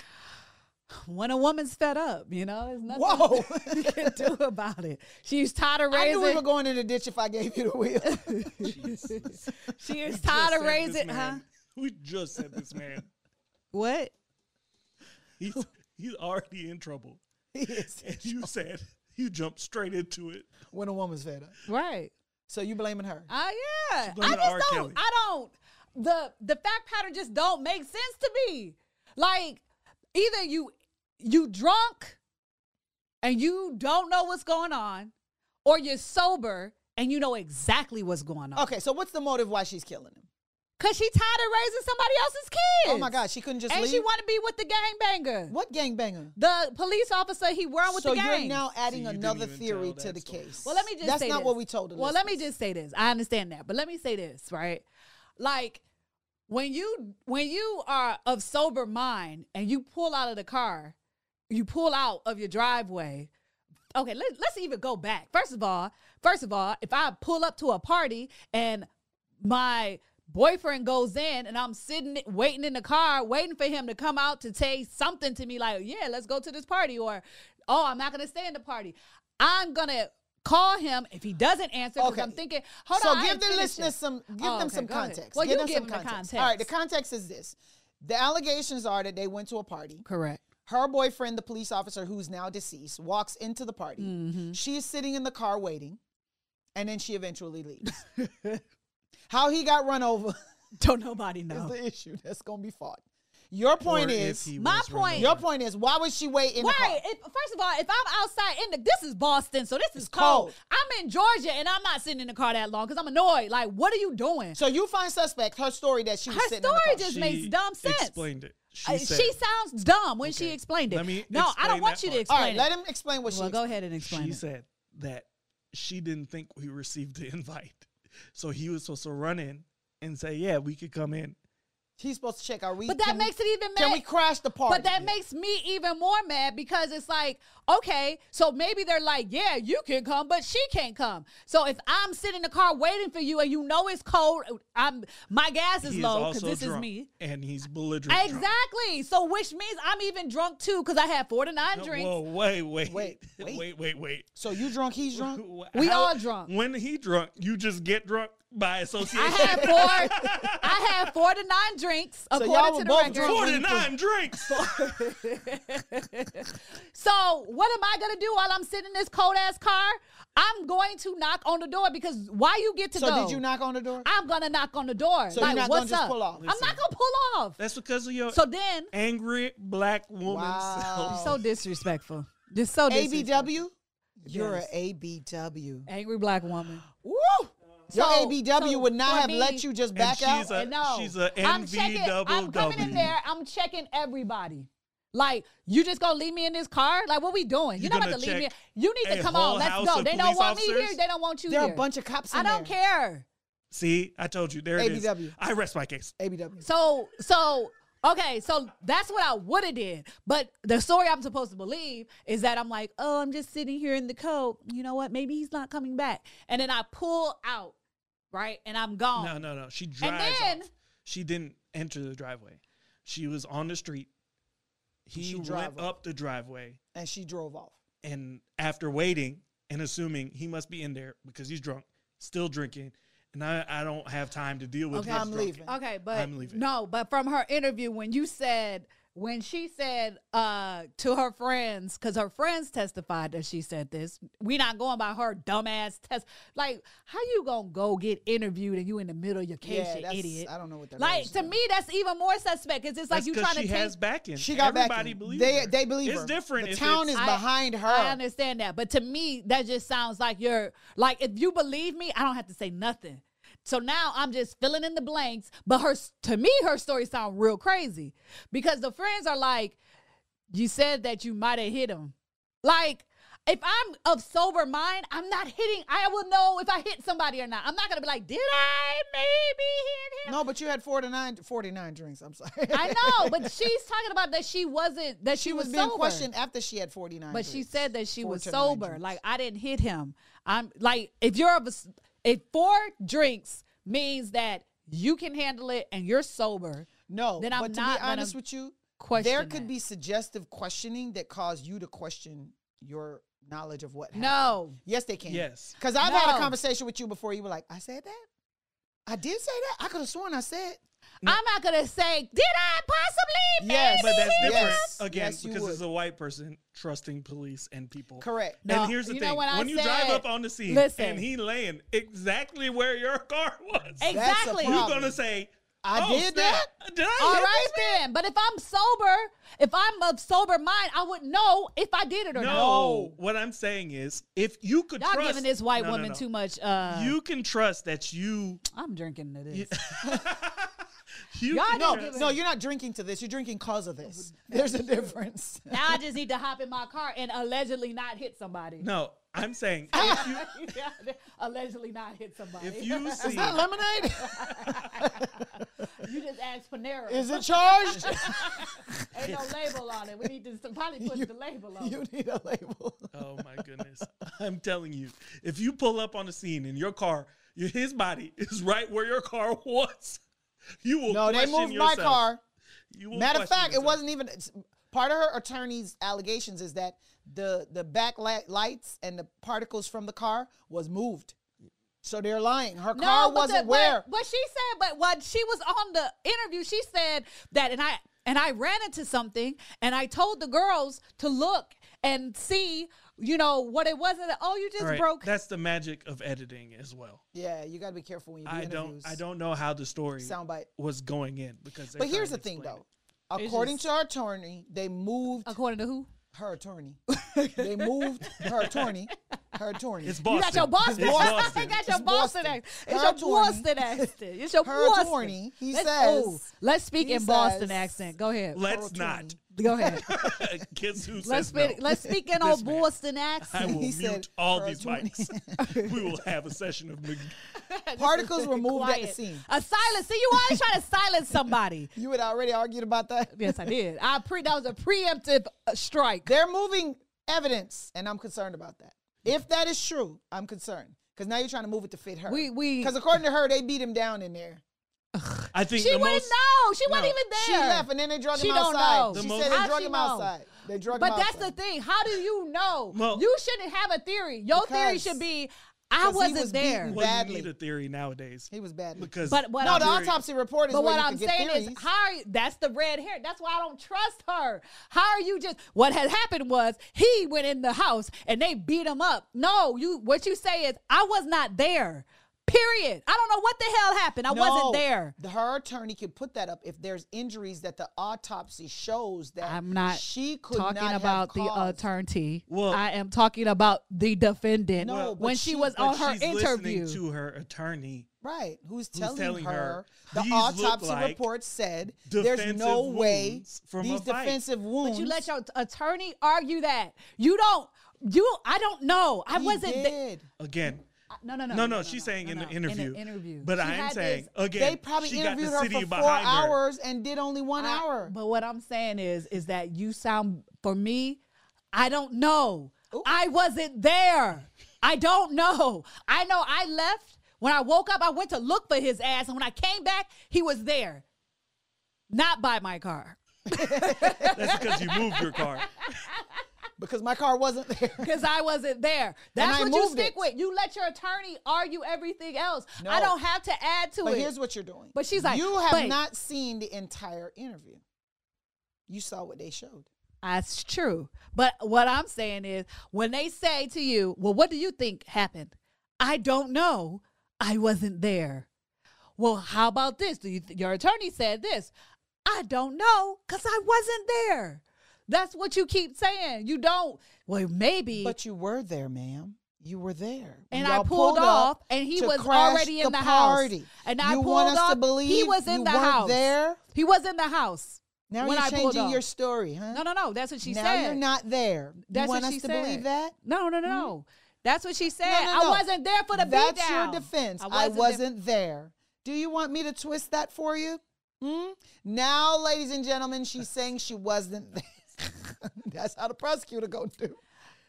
[SPEAKER 1] when a woman's fed up, you know, there's nothing
[SPEAKER 2] Whoa!
[SPEAKER 1] you can do about it. She's tired of
[SPEAKER 2] I knew we
[SPEAKER 1] raising.
[SPEAKER 2] were going in the ditch if I gave you the wheel.
[SPEAKER 1] she
[SPEAKER 3] We
[SPEAKER 1] is
[SPEAKER 3] just
[SPEAKER 1] tired of
[SPEAKER 3] said this
[SPEAKER 1] raising, huh?
[SPEAKER 3] man- We just said this man.
[SPEAKER 1] What?
[SPEAKER 3] He's he's already in trouble.
[SPEAKER 2] Yes.
[SPEAKER 3] And you said you jumped straight into it.
[SPEAKER 2] when a woman's fed up.
[SPEAKER 1] Right.
[SPEAKER 2] So you blaming her?
[SPEAKER 1] Oh yeah.
[SPEAKER 3] blaming
[SPEAKER 1] I
[SPEAKER 3] R.
[SPEAKER 1] just
[SPEAKER 3] Kelly.
[SPEAKER 1] don't. I don't. The the fact pattern just don't make sense to me. Like either you you drunk and you don't know what's going on, or you're sober and you know exactly what's going on.
[SPEAKER 2] Okay, so what's the motive why she's killing him?
[SPEAKER 1] Cause she tired of raising somebody else's kids.
[SPEAKER 2] Oh my God, she couldn't just
[SPEAKER 1] And
[SPEAKER 2] leave.
[SPEAKER 1] she want to be with the gangbanger.
[SPEAKER 2] what gangbanger?
[SPEAKER 1] The police officer he were with
[SPEAKER 2] so
[SPEAKER 1] the gang.
[SPEAKER 2] you're now adding
[SPEAKER 3] you didn't
[SPEAKER 2] another
[SPEAKER 3] even
[SPEAKER 2] theory
[SPEAKER 3] tell
[SPEAKER 2] to
[SPEAKER 3] that
[SPEAKER 2] the
[SPEAKER 3] story.
[SPEAKER 2] case.
[SPEAKER 1] Well, let me just
[SPEAKER 2] That's
[SPEAKER 1] say
[SPEAKER 2] not
[SPEAKER 1] this.
[SPEAKER 2] what we told. the
[SPEAKER 1] Well, let me
[SPEAKER 2] listeners.
[SPEAKER 1] just say this. I understand that, but let me say this, right? Like when you when you are of sober mind and you pull out of the car, you pull out of your driveway. Okay, let, let's even go back. First of all, first of all, if I pull up to a party and my boyfriend goes in and I'm sitting waiting in the car, waiting for him to come out to say something to me like, yeah, let's go to this party or oh, I'm not gonna stay in the party. I'm gonna call him if he doesn't answer because
[SPEAKER 2] Okay.
[SPEAKER 1] I'm thinking, hold
[SPEAKER 2] so
[SPEAKER 1] on. I
[SPEAKER 2] give
[SPEAKER 1] ain't
[SPEAKER 2] the
[SPEAKER 1] finished
[SPEAKER 2] listeners
[SPEAKER 1] yet.
[SPEAKER 2] some give
[SPEAKER 1] Oh,
[SPEAKER 2] them
[SPEAKER 1] okay,
[SPEAKER 2] some
[SPEAKER 1] go ahead.
[SPEAKER 2] context.
[SPEAKER 1] Well,
[SPEAKER 2] give
[SPEAKER 1] you
[SPEAKER 2] them
[SPEAKER 1] give
[SPEAKER 2] some
[SPEAKER 1] them the
[SPEAKER 2] context.
[SPEAKER 1] context.
[SPEAKER 2] All right, the context is this: the allegations are that they went to a party.
[SPEAKER 1] correct.
[SPEAKER 2] Her boyfriend, the police officer who's now deceased, walks into the party.
[SPEAKER 1] Mm-hmm.
[SPEAKER 2] She's sitting in the car waiting, and then she eventually leaves. How he got run over
[SPEAKER 1] Don't nobody
[SPEAKER 2] is
[SPEAKER 1] know.
[SPEAKER 2] the issue that's going to be fought. Your point
[SPEAKER 3] Or if
[SPEAKER 2] is
[SPEAKER 3] he
[SPEAKER 1] my
[SPEAKER 3] was run
[SPEAKER 1] point-
[SPEAKER 3] over.
[SPEAKER 2] Your point is, why would she wait in the car?
[SPEAKER 1] Right. If, first of all, if I'm outside in the, this is Boston, so this is cold.
[SPEAKER 2] cold.
[SPEAKER 1] I'm in Georgia and I'm not sitting in the car that long because I'm annoyed. Like, what are you doing?
[SPEAKER 2] So you find suspect her story that she was
[SPEAKER 1] Her
[SPEAKER 2] sitting
[SPEAKER 1] story
[SPEAKER 2] in the car.
[SPEAKER 1] just makes dumb sense.
[SPEAKER 3] Explained it. She
[SPEAKER 1] Uh,
[SPEAKER 3] said,
[SPEAKER 1] she sounds dumb when she
[SPEAKER 3] Okay,
[SPEAKER 1] explained it.
[SPEAKER 3] let me
[SPEAKER 1] no, I
[SPEAKER 3] explain
[SPEAKER 1] don't want
[SPEAKER 3] that
[SPEAKER 1] you to
[SPEAKER 3] part.
[SPEAKER 2] All
[SPEAKER 1] explain.
[SPEAKER 2] right,
[SPEAKER 1] it.
[SPEAKER 2] let him explain what
[SPEAKER 1] well,
[SPEAKER 2] she.
[SPEAKER 1] go ahead and explain.
[SPEAKER 3] she
[SPEAKER 1] it.
[SPEAKER 3] said that she didn't think we received the invite, so he was supposed to run in and say, "Yeah, we could come in."
[SPEAKER 2] He's supposed to check. Are we?
[SPEAKER 1] But that
[SPEAKER 2] can-
[SPEAKER 1] makes it even
[SPEAKER 2] Can
[SPEAKER 1] mad-
[SPEAKER 2] we crash the party?
[SPEAKER 1] But that makes me even more mad because it's like, okay, so maybe they're like, yeah, you can come, but she can't come. So if I'm sitting in the car waiting for you and you know it's cold, I'm my gas is
[SPEAKER 3] He
[SPEAKER 1] low
[SPEAKER 3] is
[SPEAKER 1] because
[SPEAKER 3] also
[SPEAKER 1] this
[SPEAKER 3] drunk,
[SPEAKER 1] is me.
[SPEAKER 3] and he's belligerent. drunk.
[SPEAKER 1] Exactly. So which means I'm even drunk too because I had four to nine
[SPEAKER 3] No,
[SPEAKER 1] drinks.
[SPEAKER 3] Whoa, wait, wait,
[SPEAKER 2] Wait,
[SPEAKER 3] wait,
[SPEAKER 2] wait.
[SPEAKER 3] wait, wait, wait.
[SPEAKER 2] So you drunk? He's drunk.
[SPEAKER 3] Wh-
[SPEAKER 1] We all drunk.
[SPEAKER 3] When he drunk, you just get drunk by
[SPEAKER 1] I
[SPEAKER 3] association.
[SPEAKER 1] had four. I had four to nine drinks
[SPEAKER 2] y'all
[SPEAKER 1] according
[SPEAKER 2] were
[SPEAKER 1] to the
[SPEAKER 2] both
[SPEAKER 1] record.
[SPEAKER 2] drunk.
[SPEAKER 3] Forty nine drinks.
[SPEAKER 1] So what am I gonna do while I'm sitting in this cold ass car? I'm going to knock on the door because why you get to
[SPEAKER 2] So
[SPEAKER 1] go?
[SPEAKER 2] did you knock on the door?
[SPEAKER 1] I'm gonna knock on the door.
[SPEAKER 2] So
[SPEAKER 1] like,
[SPEAKER 2] you're not gonna
[SPEAKER 1] what's
[SPEAKER 2] just
[SPEAKER 1] up?
[SPEAKER 2] pull off?
[SPEAKER 1] I'm not gonna pull off.
[SPEAKER 3] That's because of your
[SPEAKER 1] So then,
[SPEAKER 3] angry black woman.
[SPEAKER 2] Wow.
[SPEAKER 3] self.
[SPEAKER 1] so disrespectful. Just so disrespectful.
[SPEAKER 2] ABW. You're
[SPEAKER 1] Yes.
[SPEAKER 2] a ABW.
[SPEAKER 1] angry black woman.
[SPEAKER 2] Woo! Your
[SPEAKER 1] So-
[SPEAKER 2] ABW
[SPEAKER 1] so
[SPEAKER 2] would not
[SPEAKER 1] for
[SPEAKER 2] have
[SPEAKER 1] me-
[SPEAKER 2] let you just back
[SPEAKER 3] she's
[SPEAKER 2] out.
[SPEAKER 3] a-
[SPEAKER 1] And no,
[SPEAKER 3] she's a
[SPEAKER 1] I'm checking. I'm coming
[SPEAKER 3] NVWW.
[SPEAKER 1] in there. I'm checking everybody. Like you just gonna leave me in this car? Like what we doing?
[SPEAKER 3] You
[SPEAKER 1] You're not
[SPEAKER 3] gonna
[SPEAKER 1] about to leave me.
[SPEAKER 3] check
[SPEAKER 1] You need to
[SPEAKER 3] a
[SPEAKER 1] come
[SPEAKER 3] whole
[SPEAKER 1] on.
[SPEAKER 3] house
[SPEAKER 1] Let's go.
[SPEAKER 3] of
[SPEAKER 1] They don't
[SPEAKER 3] police
[SPEAKER 1] want me here.
[SPEAKER 3] officers?
[SPEAKER 1] They don't want you
[SPEAKER 2] There
[SPEAKER 1] here.
[SPEAKER 2] are a bunch of cops. In
[SPEAKER 1] I don't
[SPEAKER 2] there.
[SPEAKER 1] care.
[SPEAKER 3] See, I told you. There it is.
[SPEAKER 2] ABW.
[SPEAKER 3] I rest my case.
[SPEAKER 2] ABW.
[SPEAKER 1] So so okay, so that's what I would have did. But the story I'm supposed to believe is that I'm like, oh, I'm just sitting here in the coat. You know what? Maybe he's not coming back. And then I pull out, right? And I'm gone.
[SPEAKER 3] No, no, no. She drives.
[SPEAKER 1] then-
[SPEAKER 3] off. She didn't enter the driveway. She was on the street. He
[SPEAKER 2] She
[SPEAKER 3] went
[SPEAKER 2] drive off.
[SPEAKER 3] up the driveway
[SPEAKER 2] And she drove off.
[SPEAKER 3] and after waiting and assuming he must be in there because he's drunk, still drinking, and I, I don't have time to deal with
[SPEAKER 1] Okay,
[SPEAKER 3] his
[SPEAKER 2] I'm
[SPEAKER 3] drunk-
[SPEAKER 2] leaving.
[SPEAKER 1] Okay, but
[SPEAKER 3] I'm leaving.
[SPEAKER 1] no, but from her interview when you said when she said uh to her friends cuz her friends testified that she said this, we not going by her dumbass test. Like how you going to go get interviewed and you in the middle of your case,
[SPEAKER 2] Yeah,
[SPEAKER 1] you
[SPEAKER 2] that's,
[SPEAKER 1] idiot?
[SPEAKER 2] I don't know what that
[SPEAKER 1] Like
[SPEAKER 2] is.
[SPEAKER 1] to me that's even more suspect cuz it's like
[SPEAKER 3] That's
[SPEAKER 1] you
[SPEAKER 3] 'cause
[SPEAKER 1] trying to
[SPEAKER 3] she
[SPEAKER 1] take
[SPEAKER 3] has backing.
[SPEAKER 2] She got back.
[SPEAKER 3] Everybody
[SPEAKER 2] in.
[SPEAKER 3] believes
[SPEAKER 2] they
[SPEAKER 3] her.
[SPEAKER 2] they believe
[SPEAKER 3] It's
[SPEAKER 2] her.
[SPEAKER 3] different.
[SPEAKER 2] The
[SPEAKER 3] if
[SPEAKER 2] town
[SPEAKER 3] it's-
[SPEAKER 2] is behind her.
[SPEAKER 1] I understand that, but to me, that just sounds like you're like if you believe me, I don't have to say nothing. So now I'm just filling in the blanks. But her to me, her story sound real crazy because the friends are like, "You said that you might have hit him." Like if I'm of sober mind, I'm not hitting. I will know if I hit somebody or not. I'm not gonna be like, "Did I maybe hit him?"
[SPEAKER 2] No, but you had 49, 49 drinks. I'm sorry.
[SPEAKER 1] I know, but she's talking about that she wasn't that she,
[SPEAKER 2] she was, being
[SPEAKER 1] sober.
[SPEAKER 2] questioned after she had 49
[SPEAKER 1] But she
[SPEAKER 2] drinks.
[SPEAKER 1] said that she
[SPEAKER 2] Four
[SPEAKER 1] was
[SPEAKER 2] to nine
[SPEAKER 1] sober.
[SPEAKER 2] drinks.
[SPEAKER 1] Like I didn't hit him. I'm like if you're of a, s- if four drinks means that you can handle it and you're sober.
[SPEAKER 2] no
[SPEAKER 1] then I'm
[SPEAKER 2] but to
[SPEAKER 1] not
[SPEAKER 2] be
[SPEAKER 1] gonna
[SPEAKER 2] honest with you
[SPEAKER 1] question
[SPEAKER 2] there could
[SPEAKER 1] it.
[SPEAKER 2] be suggestive questioning that caused you to question your knowledge of what happened.
[SPEAKER 1] No.
[SPEAKER 2] yes they can
[SPEAKER 3] Yes.
[SPEAKER 2] because i've had
[SPEAKER 1] No.
[SPEAKER 2] a conversation with you before you were like i said that i did say that i could have sworn i said
[SPEAKER 1] I'm not gonna say, did I possibly? maybe
[SPEAKER 2] Yes,
[SPEAKER 3] But that's
[SPEAKER 1] hit
[SPEAKER 3] different
[SPEAKER 2] Yes.
[SPEAKER 3] again
[SPEAKER 2] Yes, you
[SPEAKER 3] because
[SPEAKER 2] would.
[SPEAKER 3] it's a white person trusting police and people.
[SPEAKER 2] correct
[SPEAKER 1] No,
[SPEAKER 3] and here's the
[SPEAKER 1] you know
[SPEAKER 3] thing:
[SPEAKER 1] what I
[SPEAKER 3] when you drive
[SPEAKER 1] said?
[SPEAKER 3] up on the scene
[SPEAKER 1] Listen.
[SPEAKER 3] and he laying exactly where your car was,
[SPEAKER 1] him?"
[SPEAKER 2] That's a
[SPEAKER 1] Exactly.
[SPEAKER 3] you're
[SPEAKER 2] problem.
[SPEAKER 3] gonna say,
[SPEAKER 2] I
[SPEAKER 3] "Oh,
[SPEAKER 2] did
[SPEAKER 3] snap, Did I
[SPEAKER 1] All
[SPEAKER 3] hit
[SPEAKER 1] right
[SPEAKER 3] this man?"
[SPEAKER 1] then. But if I'm sober, if I'm of sober mind, I would know if I did it or
[SPEAKER 3] No, what I'm saying is, if you could
[SPEAKER 1] not. Y'all
[SPEAKER 3] trust,
[SPEAKER 1] giving this white
[SPEAKER 3] No, no,
[SPEAKER 1] woman
[SPEAKER 3] no.
[SPEAKER 1] too much. Uh,
[SPEAKER 3] You can trust that you.
[SPEAKER 1] I'm drinking to this.
[SPEAKER 3] you
[SPEAKER 1] Y'all don't
[SPEAKER 3] can
[SPEAKER 2] no,
[SPEAKER 1] give
[SPEAKER 3] trust-
[SPEAKER 1] a-
[SPEAKER 2] no, you're not drinking to this. You're drinking cause of this. There's a difference.
[SPEAKER 1] Now I just need to hop in my car and allegedly not hit somebody.
[SPEAKER 3] no. I'm saying if you
[SPEAKER 1] allegedly not hit somebody.
[SPEAKER 3] if you
[SPEAKER 2] Is
[SPEAKER 3] see
[SPEAKER 2] that lemonade?
[SPEAKER 1] You just asked Panera.
[SPEAKER 2] Is it charged?
[SPEAKER 1] Ain't no label on it. We need to s- probably put
[SPEAKER 2] You-
[SPEAKER 1] the label on
[SPEAKER 2] you
[SPEAKER 1] it.
[SPEAKER 2] need a label.
[SPEAKER 3] Oh my goodness. I'm telling you, if you pull up on the scene and your car, your, his body is right where your car was, you will
[SPEAKER 2] No, they
[SPEAKER 3] question
[SPEAKER 2] moved
[SPEAKER 3] yourself.
[SPEAKER 2] my car.
[SPEAKER 3] You will
[SPEAKER 2] Matter of
[SPEAKER 3] question
[SPEAKER 2] fact, it
[SPEAKER 3] yourself.
[SPEAKER 2] wasn't even it's- part of her attorney's allegations is that the the back li- lights and the particles from the car was moved. So they're lying. Her car
[SPEAKER 1] but
[SPEAKER 2] wasn't
[SPEAKER 1] the-
[SPEAKER 2] where.
[SPEAKER 1] But, but she said, but when she was on the interview, she said that, and I and I ran into something, and I told the girls to look and see, you know, what it was. And oh, you just
[SPEAKER 3] All right,
[SPEAKER 1] broke.
[SPEAKER 3] That's the magic of editing as well.
[SPEAKER 2] yeah, you got to be careful when you do
[SPEAKER 3] I don't
[SPEAKER 2] interviews.
[SPEAKER 3] I don't know how the story
[SPEAKER 2] Soundbite.
[SPEAKER 3] was going in because they're
[SPEAKER 2] But
[SPEAKER 3] trying
[SPEAKER 2] here's
[SPEAKER 3] to
[SPEAKER 2] the thing,
[SPEAKER 3] explain
[SPEAKER 2] though. According to her attorney, they moved
[SPEAKER 1] According to who?
[SPEAKER 2] her attorney. they moved her attorney. Her attorney.
[SPEAKER 3] it. It's
[SPEAKER 1] You
[SPEAKER 3] Boston.
[SPEAKER 1] got your Boston.
[SPEAKER 3] It's
[SPEAKER 1] accent.
[SPEAKER 3] Boston.
[SPEAKER 1] They got your
[SPEAKER 2] It's
[SPEAKER 1] Boston
[SPEAKER 2] Boston.
[SPEAKER 1] accent.
[SPEAKER 2] Her
[SPEAKER 1] It's your
[SPEAKER 2] attorney-
[SPEAKER 1] Boston accent. It's your
[SPEAKER 2] Her
[SPEAKER 1] Boston.
[SPEAKER 2] attorney, he
[SPEAKER 1] Let's-
[SPEAKER 2] says-
[SPEAKER 1] ooh, let's speak
[SPEAKER 2] he
[SPEAKER 1] in Boston
[SPEAKER 2] says-
[SPEAKER 1] accent. Go ahead.
[SPEAKER 3] Let's
[SPEAKER 2] Her
[SPEAKER 3] not.
[SPEAKER 2] attorney.
[SPEAKER 1] Go ahead.
[SPEAKER 3] Kids who
[SPEAKER 1] let's
[SPEAKER 3] says no.
[SPEAKER 1] speak. Let's speak in old
[SPEAKER 3] This man.
[SPEAKER 1] Boston
[SPEAKER 3] I
[SPEAKER 1] accent.
[SPEAKER 3] will
[SPEAKER 2] He
[SPEAKER 3] mute
[SPEAKER 2] said,
[SPEAKER 3] all
[SPEAKER 2] "Her
[SPEAKER 3] these
[SPEAKER 2] attorney."
[SPEAKER 3] mics. we will have a session of. Mag-
[SPEAKER 2] Particles were moved at the
[SPEAKER 1] Quiet.
[SPEAKER 2] scene.
[SPEAKER 1] A silence. See, you always try to silence somebody.
[SPEAKER 2] You had already argued about that.
[SPEAKER 1] Yes, I did. I pre. That was a preemptive uh, strike.
[SPEAKER 2] They're moving evidence, and I'm concerned about that. If that is true, I'm concerned because now you're trying to move it to fit her.
[SPEAKER 1] We- we-
[SPEAKER 2] because according to her, they beat him down in there.
[SPEAKER 3] I think
[SPEAKER 1] She
[SPEAKER 3] the
[SPEAKER 1] wouldn't
[SPEAKER 3] most,
[SPEAKER 1] know. She wasn't
[SPEAKER 3] No.
[SPEAKER 1] even there.
[SPEAKER 2] She left, and then they drug
[SPEAKER 1] She
[SPEAKER 2] him
[SPEAKER 1] don't
[SPEAKER 2] outside.
[SPEAKER 1] know.
[SPEAKER 3] The
[SPEAKER 2] She
[SPEAKER 3] most-
[SPEAKER 2] said they
[SPEAKER 1] How'd
[SPEAKER 2] drug
[SPEAKER 1] she
[SPEAKER 2] him
[SPEAKER 1] know?
[SPEAKER 2] outside. They drug him
[SPEAKER 1] But
[SPEAKER 2] outside.
[SPEAKER 1] that's the thing. How do you know?
[SPEAKER 3] Well-
[SPEAKER 1] you shouldn't have a theory. Your theory
[SPEAKER 2] Because-
[SPEAKER 1] should be, I
[SPEAKER 2] because he
[SPEAKER 1] wasn't
[SPEAKER 2] was
[SPEAKER 1] there.
[SPEAKER 2] beaten
[SPEAKER 3] Well,
[SPEAKER 2] badly.
[SPEAKER 3] you need a theory nowadays
[SPEAKER 2] He was bad.
[SPEAKER 3] because
[SPEAKER 1] But what
[SPEAKER 2] No,
[SPEAKER 1] I'm
[SPEAKER 2] the
[SPEAKER 1] hearing-
[SPEAKER 2] autopsy report is
[SPEAKER 1] But
[SPEAKER 2] where
[SPEAKER 1] what
[SPEAKER 2] you
[SPEAKER 1] I'm
[SPEAKER 2] can get
[SPEAKER 1] saying
[SPEAKER 2] theories.
[SPEAKER 1] is, how are you- that's the red hair. That's why I don't trust her. How are you just? What had happened was he went in the house and they beat him up. No, you. What you say is, I was not there. Period. I don't know what the hell happened. I
[SPEAKER 2] No,
[SPEAKER 1] wasn't there.
[SPEAKER 2] the- Her attorney could put that up if there's injuries that the autopsy shows that
[SPEAKER 1] I'm not
[SPEAKER 2] she could not
[SPEAKER 1] Talking
[SPEAKER 2] have
[SPEAKER 1] about the
[SPEAKER 2] caused.
[SPEAKER 1] attorney.
[SPEAKER 3] Well-
[SPEAKER 1] I am talking about the defendant
[SPEAKER 2] No, but
[SPEAKER 1] when she,
[SPEAKER 2] she-
[SPEAKER 1] was
[SPEAKER 3] But
[SPEAKER 1] on her
[SPEAKER 3] she's
[SPEAKER 1] interview.
[SPEAKER 3] listening to her attorney.
[SPEAKER 2] Right. Who's telling,
[SPEAKER 3] telling
[SPEAKER 2] her,
[SPEAKER 3] her,
[SPEAKER 2] the
[SPEAKER 3] "These look
[SPEAKER 2] autopsy
[SPEAKER 3] like
[SPEAKER 2] report said there's no
[SPEAKER 3] defensive
[SPEAKER 2] way
[SPEAKER 3] wounds from
[SPEAKER 2] these
[SPEAKER 3] a fight."
[SPEAKER 2] defensive wounds.
[SPEAKER 1] But you let your t- attorney argue that. You don't you I don't know. I
[SPEAKER 2] He
[SPEAKER 1] wasn't there.
[SPEAKER 2] did.
[SPEAKER 3] Again,
[SPEAKER 1] No, no, no.
[SPEAKER 3] No, no, she's saying in
[SPEAKER 1] no,
[SPEAKER 3] the
[SPEAKER 1] no,
[SPEAKER 3] interview.
[SPEAKER 1] In the interview.
[SPEAKER 3] But
[SPEAKER 1] She
[SPEAKER 3] I am
[SPEAKER 1] had
[SPEAKER 3] saying uh,
[SPEAKER 1] this-
[SPEAKER 3] again,
[SPEAKER 2] They probably
[SPEAKER 3] she got the
[SPEAKER 2] interviewed her
[SPEAKER 3] city
[SPEAKER 2] for four
[SPEAKER 3] behind her.
[SPEAKER 2] hours and did only one
[SPEAKER 1] I-
[SPEAKER 2] hour.
[SPEAKER 1] But what I'm saying is, is that you sound for me. I don't know. I wasn't there. I don't know. I know I left when I woke up. I went to look for his ass, and when I came back, he was there, not by my car.
[SPEAKER 3] That's because you moved your car.
[SPEAKER 2] because my car wasn't there.
[SPEAKER 1] Because I wasn't there.
[SPEAKER 2] I
[SPEAKER 1] That's what you
[SPEAKER 2] moved
[SPEAKER 1] stick
[SPEAKER 2] it.
[SPEAKER 1] with. You let your attorney argue everything else.
[SPEAKER 2] No.
[SPEAKER 1] I don't have to add to
[SPEAKER 2] But
[SPEAKER 1] it.
[SPEAKER 2] here's what you're doing.
[SPEAKER 1] But she's like,
[SPEAKER 2] you have
[SPEAKER 1] but-
[SPEAKER 2] not seen the entire interview. You saw what they showed.
[SPEAKER 1] That's true. But what I'm saying is when they say to you, well, what do you think happened? I don't know. I wasn't there. Well, how about this? Do you th- your attorney said this. I don't know because I wasn't there. That's what you keep saying. You don't. Well, maybe.
[SPEAKER 2] But you were there, ma'am. You were there.
[SPEAKER 1] and
[SPEAKER 2] Y'all
[SPEAKER 1] I pulled
[SPEAKER 2] up
[SPEAKER 1] off, and he
[SPEAKER 2] to
[SPEAKER 1] was
[SPEAKER 2] crash
[SPEAKER 1] already in the,
[SPEAKER 2] party.
[SPEAKER 1] house. And I
[SPEAKER 2] you
[SPEAKER 1] pulled
[SPEAKER 2] want us
[SPEAKER 1] off.
[SPEAKER 2] to believe
[SPEAKER 1] he was in
[SPEAKER 2] you
[SPEAKER 1] the
[SPEAKER 2] weren't
[SPEAKER 1] house.
[SPEAKER 2] There.
[SPEAKER 1] He was in the house.
[SPEAKER 2] Now
[SPEAKER 1] when
[SPEAKER 2] you're
[SPEAKER 1] I pulled
[SPEAKER 2] changing
[SPEAKER 1] off.
[SPEAKER 2] your story, huh?
[SPEAKER 1] No, no, no. That's what she
[SPEAKER 2] now
[SPEAKER 1] said.
[SPEAKER 2] you're not there.
[SPEAKER 1] That's
[SPEAKER 2] you want
[SPEAKER 1] what
[SPEAKER 2] us
[SPEAKER 1] she
[SPEAKER 2] to
[SPEAKER 1] said.
[SPEAKER 2] believe that? Hmm?
[SPEAKER 1] No, no, no. no. That's what she said.
[SPEAKER 2] No, no, no.
[SPEAKER 1] I wasn't there for the
[SPEAKER 2] That's
[SPEAKER 1] beatdown.
[SPEAKER 2] your defense. I wasn't, there. Do you want me to twist that for you? Hmm? Now, ladies and gentlemen, she's saying she wasn't there. That's how the prosecutor gonna do.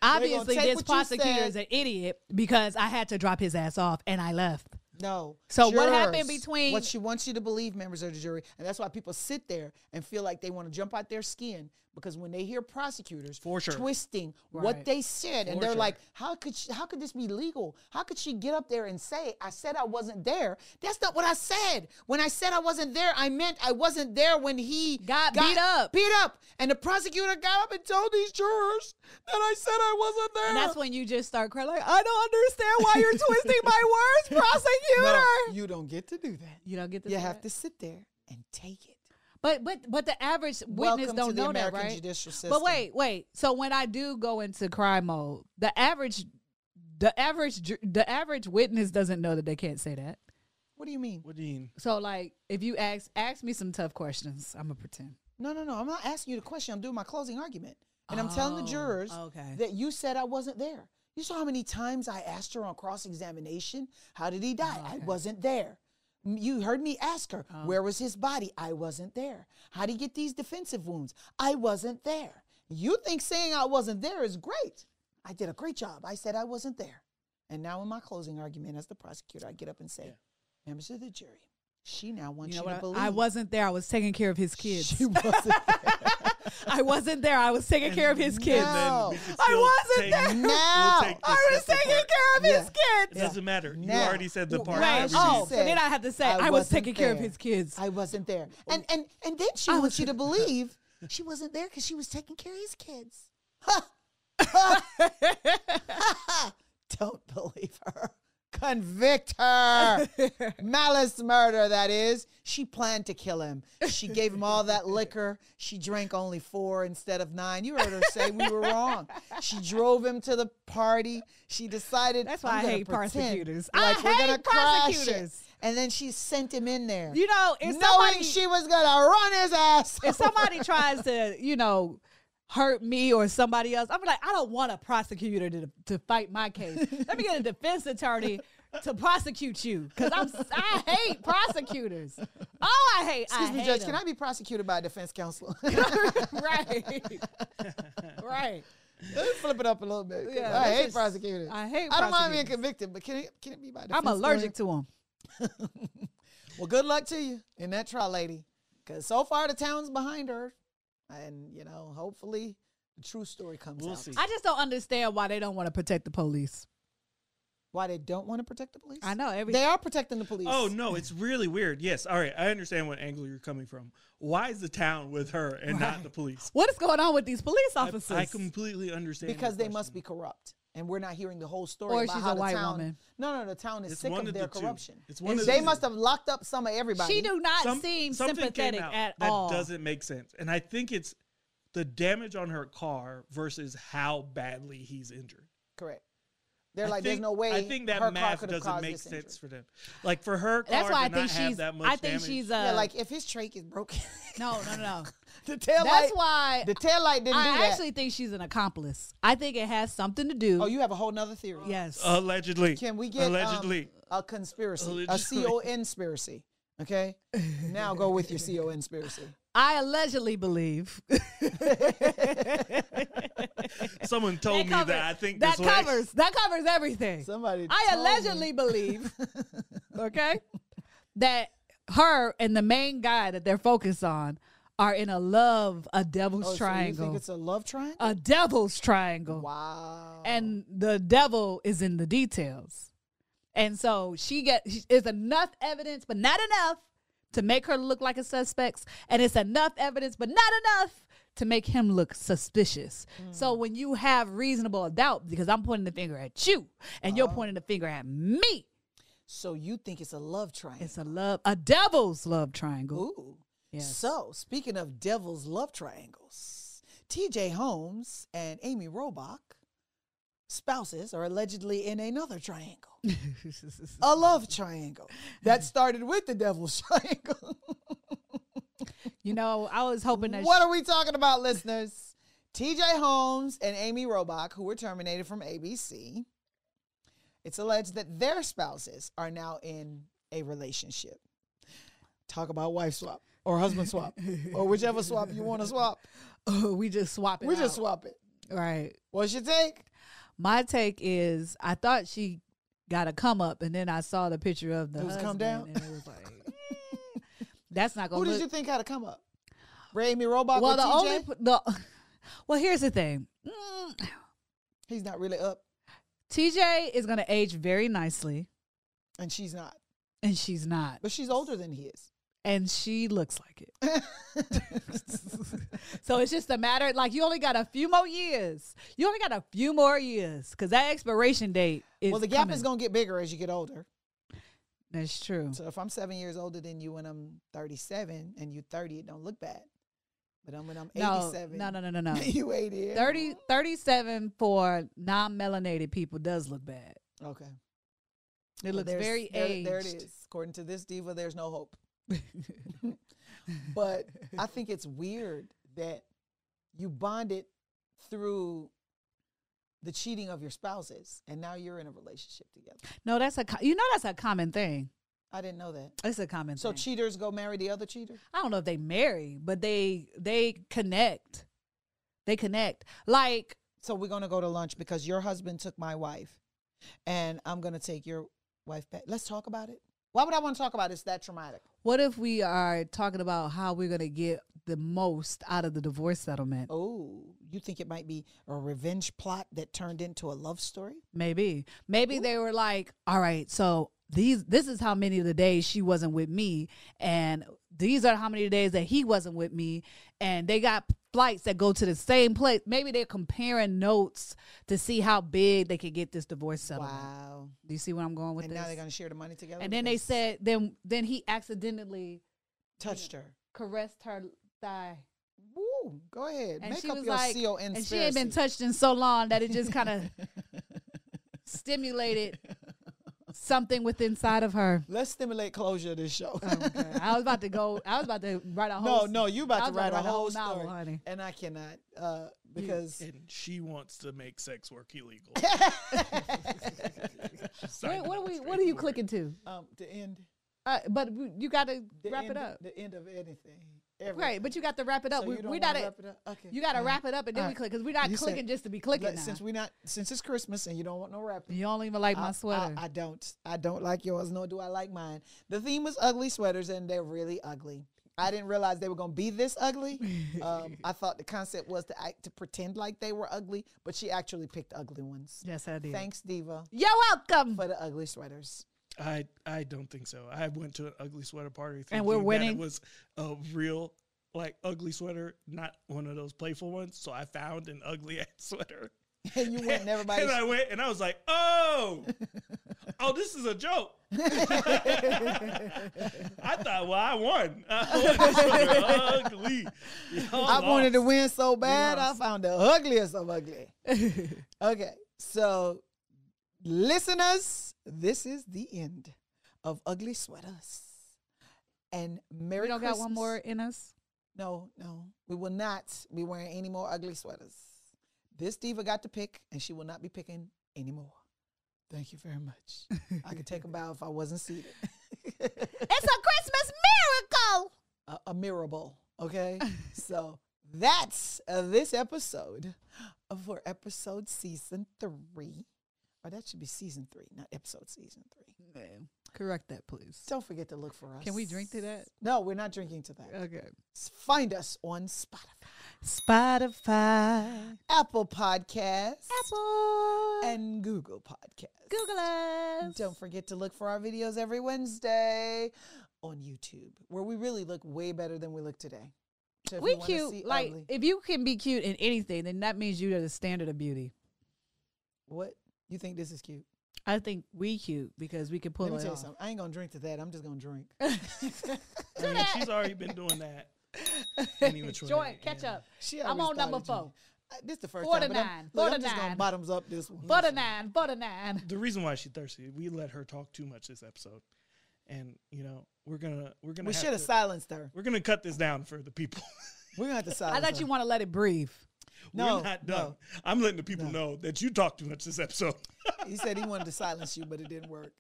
[SPEAKER 1] Obviously,
[SPEAKER 2] take
[SPEAKER 1] this
[SPEAKER 2] what you
[SPEAKER 1] prosecutor
[SPEAKER 2] said.
[SPEAKER 1] is an idiot because I had to drop his ass off and I left.
[SPEAKER 2] No.
[SPEAKER 1] So what happened
[SPEAKER 2] Jurors,
[SPEAKER 1] between-
[SPEAKER 2] what she wants you to believe, members of the jury, and that's why people sit there and feel like they want to jump out their skin because when they hear prosecutors
[SPEAKER 3] For sure.
[SPEAKER 2] twisting
[SPEAKER 1] Right.
[SPEAKER 2] what they said, and
[SPEAKER 3] For
[SPEAKER 2] they're
[SPEAKER 3] sure.
[SPEAKER 2] like, "How could she, how could this be legal? How could she get up there and say I said I wasn't there? That's not what I said. When I said I wasn't there, I meant I wasn't there when he
[SPEAKER 1] Got beat up.
[SPEAKER 2] beat up, and the prosecutor got up and told these jurors that I said I wasn't there.
[SPEAKER 1] And that's when you just start crying, like, I don't understand why you're twisting my words, prosecutor.
[SPEAKER 2] no, you don't get to do that.
[SPEAKER 1] You don't get this.
[SPEAKER 2] You have to sit there and take it.
[SPEAKER 1] But but but the average witness
[SPEAKER 2] Welcome
[SPEAKER 1] don't
[SPEAKER 2] to the
[SPEAKER 1] know
[SPEAKER 2] American
[SPEAKER 1] that, right?
[SPEAKER 2] judicial system.
[SPEAKER 1] But wait, wait. So when I do go into crime mode, the average, the average, ju- the average witness doesn't know that they can't say that.
[SPEAKER 2] What do you mean?
[SPEAKER 3] What do you mean?
[SPEAKER 1] So like, if you ask ask me some tough questions, I'm gonna pretend.
[SPEAKER 2] No, no, no. I'm not asking you the question. I'm doing my closing argument. And I'm telling
[SPEAKER 1] Oh,
[SPEAKER 2] the jurors
[SPEAKER 1] okay.
[SPEAKER 2] that you said I wasn't there. You saw how many times I asked her on cross examination, how did he
[SPEAKER 1] Oh,
[SPEAKER 2] die? I wasn't there. M- You heard me ask her, where was his body? I wasn't there. How did he get these defensive wounds? I wasn't there. You think saying I wasn't there is great. I did a great job. I said I wasn't there. And now in my closing argument as the prosecutor, I get up and say, members of the jury, she now wants
[SPEAKER 1] You
[SPEAKER 2] you,
[SPEAKER 1] know
[SPEAKER 2] to
[SPEAKER 1] what?
[SPEAKER 2] believe
[SPEAKER 1] I, I wasn't there. I was taking care of his kids.
[SPEAKER 2] she wasn't
[SPEAKER 1] I wasn't there. I was taking care of his kids.
[SPEAKER 2] now- No.
[SPEAKER 1] I wasn't there.
[SPEAKER 2] No.
[SPEAKER 1] I was taking care of his
[SPEAKER 3] It
[SPEAKER 1] kids.
[SPEAKER 3] doesn't matter. You
[SPEAKER 2] Now.
[SPEAKER 3] already said the
[SPEAKER 2] Well,
[SPEAKER 3] part.
[SPEAKER 2] now
[SPEAKER 1] Right.
[SPEAKER 3] that we
[SPEAKER 2] she
[SPEAKER 3] need.
[SPEAKER 1] Oh, so
[SPEAKER 2] said,
[SPEAKER 1] then I had to say, I was
[SPEAKER 2] wasn't
[SPEAKER 1] taking care of
[SPEAKER 2] there.
[SPEAKER 1] his kids.
[SPEAKER 2] I wasn't there.
[SPEAKER 3] Oh.
[SPEAKER 2] And and and then she
[SPEAKER 1] I
[SPEAKER 2] wants you to believe she wasn't there because she was taking care of his kids. Ha! Ha! Ha! Don't believe her. Convict her. Malice murder, that is. She planned to kill him. She gave him all that liquor. She drank only four instead of nine. You heard her say we were wrong. She drove him to the party. She decided
[SPEAKER 1] That's why
[SPEAKER 2] I'm
[SPEAKER 1] I
[SPEAKER 2] gonna
[SPEAKER 1] hate
[SPEAKER 2] pretend
[SPEAKER 1] prosecutors.
[SPEAKER 2] Like
[SPEAKER 1] I
[SPEAKER 2] we're gonna
[SPEAKER 1] hate
[SPEAKER 2] crash it.
[SPEAKER 1] prosecutors.
[SPEAKER 2] And then she sent him in there.
[SPEAKER 1] You know, if
[SPEAKER 2] knowing
[SPEAKER 1] somebody
[SPEAKER 2] she was gonna run his ass.
[SPEAKER 1] if somebody tries to, you know, hurt me or somebody else, I'm like, I don't want a prosecutor to to fight my case. Let me get a defense attorney to prosecute you because I'm I hate prosecutors. Oh, I hate.
[SPEAKER 2] Excuse
[SPEAKER 1] I
[SPEAKER 2] me,
[SPEAKER 1] hate
[SPEAKER 2] Judge,
[SPEAKER 1] them.
[SPEAKER 2] can I be prosecuted by a defense counsel?
[SPEAKER 1] right. right.
[SPEAKER 2] Flip it up a little bit. 'cause
[SPEAKER 1] Yeah,
[SPEAKER 2] I
[SPEAKER 1] that's
[SPEAKER 2] hate
[SPEAKER 1] just-
[SPEAKER 2] prosecutors.
[SPEAKER 1] I hate
[SPEAKER 2] I don't mind being
[SPEAKER 1] prosecutors.
[SPEAKER 2] convicted, but can it can it be by defense
[SPEAKER 1] I'm allergic
[SPEAKER 2] lawyer?
[SPEAKER 1] to them.
[SPEAKER 2] Well, good luck to you in that trial, lady. Because so far the town's behind her, and you know, hopefully the true story comes
[SPEAKER 3] We'll
[SPEAKER 2] out.
[SPEAKER 3] see.
[SPEAKER 1] I just don't understand why they don't want to protect the police.
[SPEAKER 2] Why they don't want to protect the police?
[SPEAKER 1] I know every
[SPEAKER 2] they are protecting the police.
[SPEAKER 3] Oh no, it's really weird. Yes, all right, I understand what angle you're coming from. Why is the town with her and not the police?
[SPEAKER 1] what is going on with these police
[SPEAKER 3] I,
[SPEAKER 1] officers.
[SPEAKER 3] I completely understand your
[SPEAKER 2] because they must
[SPEAKER 3] question.
[SPEAKER 2] be corrupt. and we're not hearing the whole story
[SPEAKER 1] Or
[SPEAKER 2] about
[SPEAKER 1] she's
[SPEAKER 2] how
[SPEAKER 1] a
[SPEAKER 2] the
[SPEAKER 1] white
[SPEAKER 2] town.
[SPEAKER 1] woman.
[SPEAKER 2] No, no, the town is
[SPEAKER 3] It's
[SPEAKER 2] sick
[SPEAKER 3] one
[SPEAKER 2] of
[SPEAKER 3] of
[SPEAKER 2] their
[SPEAKER 3] the two.
[SPEAKER 2] corruption.
[SPEAKER 3] It's one
[SPEAKER 2] And
[SPEAKER 3] of
[SPEAKER 2] they
[SPEAKER 3] the
[SPEAKER 2] must
[SPEAKER 3] two.
[SPEAKER 2] have locked up some of everybody.
[SPEAKER 1] She do not
[SPEAKER 3] Some-
[SPEAKER 1] seem
[SPEAKER 3] something came
[SPEAKER 1] sympathetic
[SPEAKER 3] out
[SPEAKER 1] at
[SPEAKER 3] that
[SPEAKER 1] all.
[SPEAKER 3] doesn't make sense. And I think it's the damage on her car versus how badly he's injured.
[SPEAKER 2] correct. They're
[SPEAKER 3] I
[SPEAKER 2] like, there's
[SPEAKER 3] think-
[SPEAKER 2] no way.
[SPEAKER 3] I think that
[SPEAKER 2] her car
[SPEAKER 3] math
[SPEAKER 2] could have
[SPEAKER 3] doesn't
[SPEAKER 2] caused
[SPEAKER 3] make
[SPEAKER 2] this
[SPEAKER 3] sense
[SPEAKER 2] injury.
[SPEAKER 3] for them. Like for her, car
[SPEAKER 1] That's why I
[SPEAKER 3] to
[SPEAKER 1] think
[SPEAKER 3] not
[SPEAKER 1] she's.
[SPEAKER 3] Have that much
[SPEAKER 1] I think
[SPEAKER 3] damage,
[SPEAKER 1] she's. Uh,
[SPEAKER 2] Yeah, like if his trach is broken,
[SPEAKER 1] no, no, no.
[SPEAKER 2] the tail light.
[SPEAKER 1] That's why
[SPEAKER 2] the tail light didn't do
[SPEAKER 1] I
[SPEAKER 2] that.
[SPEAKER 1] actually think she's an accomplice. I think it has something to do.
[SPEAKER 2] oh, you have a whole nother theory.
[SPEAKER 3] Uh,
[SPEAKER 1] yes.
[SPEAKER 3] allegedly.
[SPEAKER 2] Can we get um,
[SPEAKER 3] allegedly?
[SPEAKER 2] a conspiracy, a
[SPEAKER 3] Allegedly.
[SPEAKER 2] con conspiracy? Okay, now go with your con conspiracy.
[SPEAKER 1] I allegedly believe.
[SPEAKER 2] um,
[SPEAKER 3] Someone told me
[SPEAKER 1] covers-
[SPEAKER 3] that. I think
[SPEAKER 1] that
[SPEAKER 3] this way.
[SPEAKER 1] covers that covers everything.
[SPEAKER 2] Somebody.
[SPEAKER 1] I
[SPEAKER 2] told me-
[SPEAKER 1] allegedly believe, okay, that her and the main guy that they're focused on are in a love, a devil's
[SPEAKER 2] Oh, so you
[SPEAKER 1] triangle,
[SPEAKER 2] think it's a love triangle?
[SPEAKER 1] a devil's triangle,
[SPEAKER 2] wow.
[SPEAKER 1] and the devil is in the details. And so she get is enough evidence, but not enough to make her look like a suspect, and it's enough evidence, but not enough to make him look suspicious.
[SPEAKER 2] Mm.
[SPEAKER 1] So when you have reasonable doubt, because I'm pointing the finger at you, and
[SPEAKER 2] Uh-huh.
[SPEAKER 1] you're pointing the finger at me,
[SPEAKER 2] so you think it's a love triangle?
[SPEAKER 1] it's a love, a devil's love triangle.
[SPEAKER 2] Ooh.
[SPEAKER 1] Yes.
[SPEAKER 2] So, speaking of devil's love triangles, TJ Holmes and Amy Robach, spouses, are allegedly in another triangle. a love triangle that started with the devil's triangle.
[SPEAKER 1] You know, I was hoping that
[SPEAKER 2] what are we talking about, listeners? TJ Holmes and Amy Robach, who were terminated from ABC, it's alleged that their spouses are now in a relationship. Talk about wife swap or husband swap or whichever swap you want to swap.
[SPEAKER 1] we just swap it.
[SPEAKER 2] We just
[SPEAKER 1] out.
[SPEAKER 2] swap it.
[SPEAKER 1] right.
[SPEAKER 2] What's your take?
[SPEAKER 1] My take is I thought she got a come up, and then I saw the picture of the
[SPEAKER 2] It was
[SPEAKER 1] husband,
[SPEAKER 2] come down?
[SPEAKER 1] and it was like, mm, that's not
[SPEAKER 2] Who
[SPEAKER 1] gonna.
[SPEAKER 2] did
[SPEAKER 1] look.
[SPEAKER 2] you think had to come up? Ray Amy Robach
[SPEAKER 1] well,
[SPEAKER 2] with
[SPEAKER 1] the
[SPEAKER 2] TJ?
[SPEAKER 1] only p- the well, here's the thing. Mm,
[SPEAKER 2] He's not really up
[SPEAKER 1] TJ is gonna age very nicely,
[SPEAKER 2] and she's not.
[SPEAKER 1] and she's not,
[SPEAKER 2] But she's older than he is.
[SPEAKER 1] and she looks like it. so it's just a matter like you only got a few more years. You only got a few more years because that expiration date is.
[SPEAKER 2] well, the gap
[SPEAKER 1] coming.
[SPEAKER 2] is going to get bigger as you get older.
[SPEAKER 1] That's true.
[SPEAKER 2] So if I'm seven years older than you when I'm 37 and you 30, it don't look bad. But I'm when I'm
[SPEAKER 1] No,
[SPEAKER 2] 87.
[SPEAKER 1] no, no, no, no, no.
[SPEAKER 2] you 80.
[SPEAKER 1] 30, 37 for non-melanated people does look bad.
[SPEAKER 2] Okay.
[SPEAKER 1] It looks
[SPEAKER 2] There's-
[SPEAKER 1] very
[SPEAKER 2] there,
[SPEAKER 1] aged.
[SPEAKER 2] There it is. According to this diva, there's no hope. but I think it's weird that you bonded through the cheating of your spouses and now you're in a relationship together.
[SPEAKER 1] No, that's a co- you know that's a common thing.
[SPEAKER 2] I didn't know that.
[SPEAKER 1] It's a common
[SPEAKER 2] So
[SPEAKER 1] thing.
[SPEAKER 2] cheaters go marry the other cheater?
[SPEAKER 1] I don't know if they marry, but they they connect. They connect. Like
[SPEAKER 2] So we're gonna go to lunch because your husband took my wife, and I'm gonna take your wife back. Let's talk about it. Why would I want to talk about it? It's that traumatic.
[SPEAKER 1] what if we are talking about how we're going to get the most out of the divorce settlement?
[SPEAKER 2] Oh, you think it might be a revenge plot that turned into a love story?
[SPEAKER 1] Maybe. Maybe they were like, all right, so these this is how many of the days she wasn't with me and these are how many days that he wasn't with me and they got flights that go to the same place. Maybe they're comparing notes to see how big they could get this divorce settlement.
[SPEAKER 2] Wow!
[SPEAKER 1] Do you see where I'm going with
[SPEAKER 2] And
[SPEAKER 1] this?
[SPEAKER 2] now they're gonna share the money together.
[SPEAKER 1] and then they
[SPEAKER 2] because
[SPEAKER 1] said then then he accidentally
[SPEAKER 2] touched her.
[SPEAKER 1] caressed her thigh.
[SPEAKER 2] Woo! Go ahead.
[SPEAKER 1] And
[SPEAKER 2] Make
[SPEAKER 1] she
[SPEAKER 2] up
[SPEAKER 1] was
[SPEAKER 2] your
[SPEAKER 1] like
[SPEAKER 2] CO
[SPEAKER 1] and she ain't been
[SPEAKER 2] conspiracy.
[SPEAKER 1] touched in so long that it just kind of stimulated something with inside of her.
[SPEAKER 2] Let's stimulate closure of this show.
[SPEAKER 1] Okay. I was about to go. I was about to write a
[SPEAKER 2] no,
[SPEAKER 1] whole.
[SPEAKER 2] no, you about
[SPEAKER 1] I
[SPEAKER 2] to
[SPEAKER 1] was
[SPEAKER 2] write a whole
[SPEAKER 1] novel,
[SPEAKER 2] story,
[SPEAKER 1] honey.
[SPEAKER 2] and I cannot uh, because
[SPEAKER 3] And she wants to make sex work illegal.
[SPEAKER 1] What, what are we? What are you clicking to?
[SPEAKER 2] um, the end.
[SPEAKER 1] Uh, but we- you got to
[SPEAKER 2] the
[SPEAKER 1] wrap it
[SPEAKER 2] end-
[SPEAKER 1] up,
[SPEAKER 2] The end of anything.
[SPEAKER 1] right? But you got to wrap it up.
[SPEAKER 2] So
[SPEAKER 1] we,
[SPEAKER 2] you don't
[SPEAKER 1] we
[SPEAKER 2] wanna
[SPEAKER 1] gotta.
[SPEAKER 2] wrap it up? Okay.
[SPEAKER 1] You got to
[SPEAKER 2] All right.
[SPEAKER 1] wrap it up and then
[SPEAKER 2] All
[SPEAKER 1] we
[SPEAKER 2] right.
[SPEAKER 1] click because we're not
[SPEAKER 2] You said-
[SPEAKER 1] clicking just to be clicking.
[SPEAKER 2] Let-
[SPEAKER 1] Now.
[SPEAKER 2] Since we not since it's Christmas and you don't want no wrapping.
[SPEAKER 1] you only even like
[SPEAKER 2] I-
[SPEAKER 1] my
[SPEAKER 2] I-
[SPEAKER 1] sweater.
[SPEAKER 2] I, don't. I don't like yours, nor do I like mine. The theme was ugly sweaters, and they're really ugly. I didn't realize they were going to be this ugly. Um, I thought the concept was to act, to pretend like they were ugly, but she actually picked ugly ones.
[SPEAKER 1] yes, I did.
[SPEAKER 2] Thanks, Diva,
[SPEAKER 1] You're welcome.
[SPEAKER 2] for the ugly sweaters.
[SPEAKER 3] I I don't think so. I went to an ugly sweater party,
[SPEAKER 1] And we're
[SPEAKER 3] thinking that
[SPEAKER 1] winning?
[SPEAKER 3] It was a real like ugly sweater, not one of those playful ones. So I found an ugly ass sweater.
[SPEAKER 2] And you went and everybody.
[SPEAKER 3] and I went and I was like, oh, oh, this is a joke. I thought, well, I won. I won. Ugly. Y'all
[SPEAKER 2] I wanted to
[SPEAKER 3] lost.
[SPEAKER 2] win so bad. I
[SPEAKER 3] lost.
[SPEAKER 2] found the ugliest of ugly. Okay, so listeners, this is the end of ugly sweaters. And Merry
[SPEAKER 1] we don't
[SPEAKER 2] Christmas.
[SPEAKER 1] got one more in us.
[SPEAKER 2] No, no, we will not be wearing any more ugly sweaters. This diva got to pick, and she will not be picking anymore. Thank you very much. I could take a bow if I wasn't seated.
[SPEAKER 1] It's a Christmas miracle.
[SPEAKER 2] a, a mirable. Okay, so that's uh, this episode uh, for episode season three. Or that should be season three, not episode season three.
[SPEAKER 1] Correct that, please.
[SPEAKER 2] Don't forget to look for us.
[SPEAKER 1] Can we drink to that?
[SPEAKER 2] No, we're not drinking to that.
[SPEAKER 1] Okay.
[SPEAKER 2] S- Find us on Spotify,
[SPEAKER 1] Spotify,
[SPEAKER 2] Apple Podcasts,
[SPEAKER 1] Apple,
[SPEAKER 2] and Google Podcasts.
[SPEAKER 1] Google us.
[SPEAKER 2] Don't forget to look for our videos every Wednesday on YouTube, where we really look way better than we look today. So if
[SPEAKER 1] we
[SPEAKER 2] you wanna see
[SPEAKER 1] cute. Like
[SPEAKER 2] ugly-
[SPEAKER 1] if you can be cute in anything, then that means you are the standard of beauty.
[SPEAKER 2] what? You think this is cute?
[SPEAKER 1] I think we cute because we can pull
[SPEAKER 2] Let me
[SPEAKER 1] it
[SPEAKER 2] tell you
[SPEAKER 1] off.
[SPEAKER 2] something. I ain't gonna drink to that. I'm just gonna drink.
[SPEAKER 3] I mean, she's already been doing that. Anyway, Troy,
[SPEAKER 1] Joy, catch
[SPEAKER 3] yeah.
[SPEAKER 1] up.
[SPEAKER 2] She
[SPEAKER 1] I'm on
[SPEAKER 2] always
[SPEAKER 1] number
[SPEAKER 2] thought of
[SPEAKER 1] four.
[SPEAKER 2] you. I- This the first
[SPEAKER 1] Four to
[SPEAKER 2] time. but I'm-
[SPEAKER 1] nine.
[SPEAKER 2] look,
[SPEAKER 1] Four
[SPEAKER 2] I'm
[SPEAKER 1] to
[SPEAKER 2] just gonna
[SPEAKER 1] nine.
[SPEAKER 2] bottoms up this one.
[SPEAKER 1] Butter nine, butter nine.
[SPEAKER 3] The reason why she's thirsty, we let her talk too much this episode, and you know we're gonna we're gonna
[SPEAKER 2] We should have
[SPEAKER 3] to-
[SPEAKER 2] silenced her.
[SPEAKER 3] We're gonna cut this down for the people.
[SPEAKER 2] We're gonna have to silence.
[SPEAKER 1] I thought
[SPEAKER 2] her.
[SPEAKER 1] you want to let it breathe.
[SPEAKER 2] No,
[SPEAKER 3] we're not
[SPEAKER 2] no.
[SPEAKER 3] done. I'm letting the people know that you talk too much this episode.
[SPEAKER 2] He said he wanted to silence you, but it didn't work.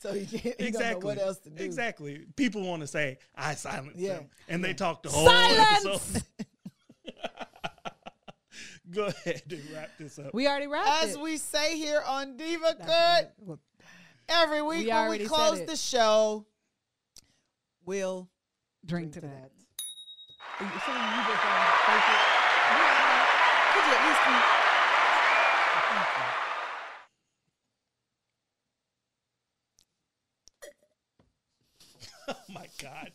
[SPEAKER 2] So he can't. He
[SPEAKER 3] exactly.
[SPEAKER 2] don't know what else to do.
[SPEAKER 3] Exactly. People want to say I silenced
[SPEAKER 2] Yeah.
[SPEAKER 3] them, and they talk the whole episode.
[SPEAKER 1] Silence.
[SPEAKER 3] Go ahead and wrap this up.
[SPEAKER 1] We already wrapped
[SPEAKER 2] As
[SPEAKER 1] it.
[SPEAKER 2] we say here on Diva
[SPEAKER 1] That's
[SPEAKER 2] Cut
[SPEAKER 1] what-
[SPEAKER 2] every
[SPEAKER 1] We
[SPEAKER 2] week when
[SPEAKER 1] already
[SPEAKER 2] we
[SPEAKER 1] said
[SPEAKER 2] close
[SPEAKER 1] it.
[SPEAKER 2] the show, we'll
[SPEAKER 1] Drink to
[SPEAKER 2] to
[SPEAKER 1] that.
[SPEAKER 2] Are you feeling you just gonna fake it? Could you at least be- Thank you.
[SPEAKER 3] oh my God.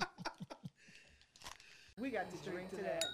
[SPEAKER 3] Oh
[SPEAKER 2] We got to drink to that.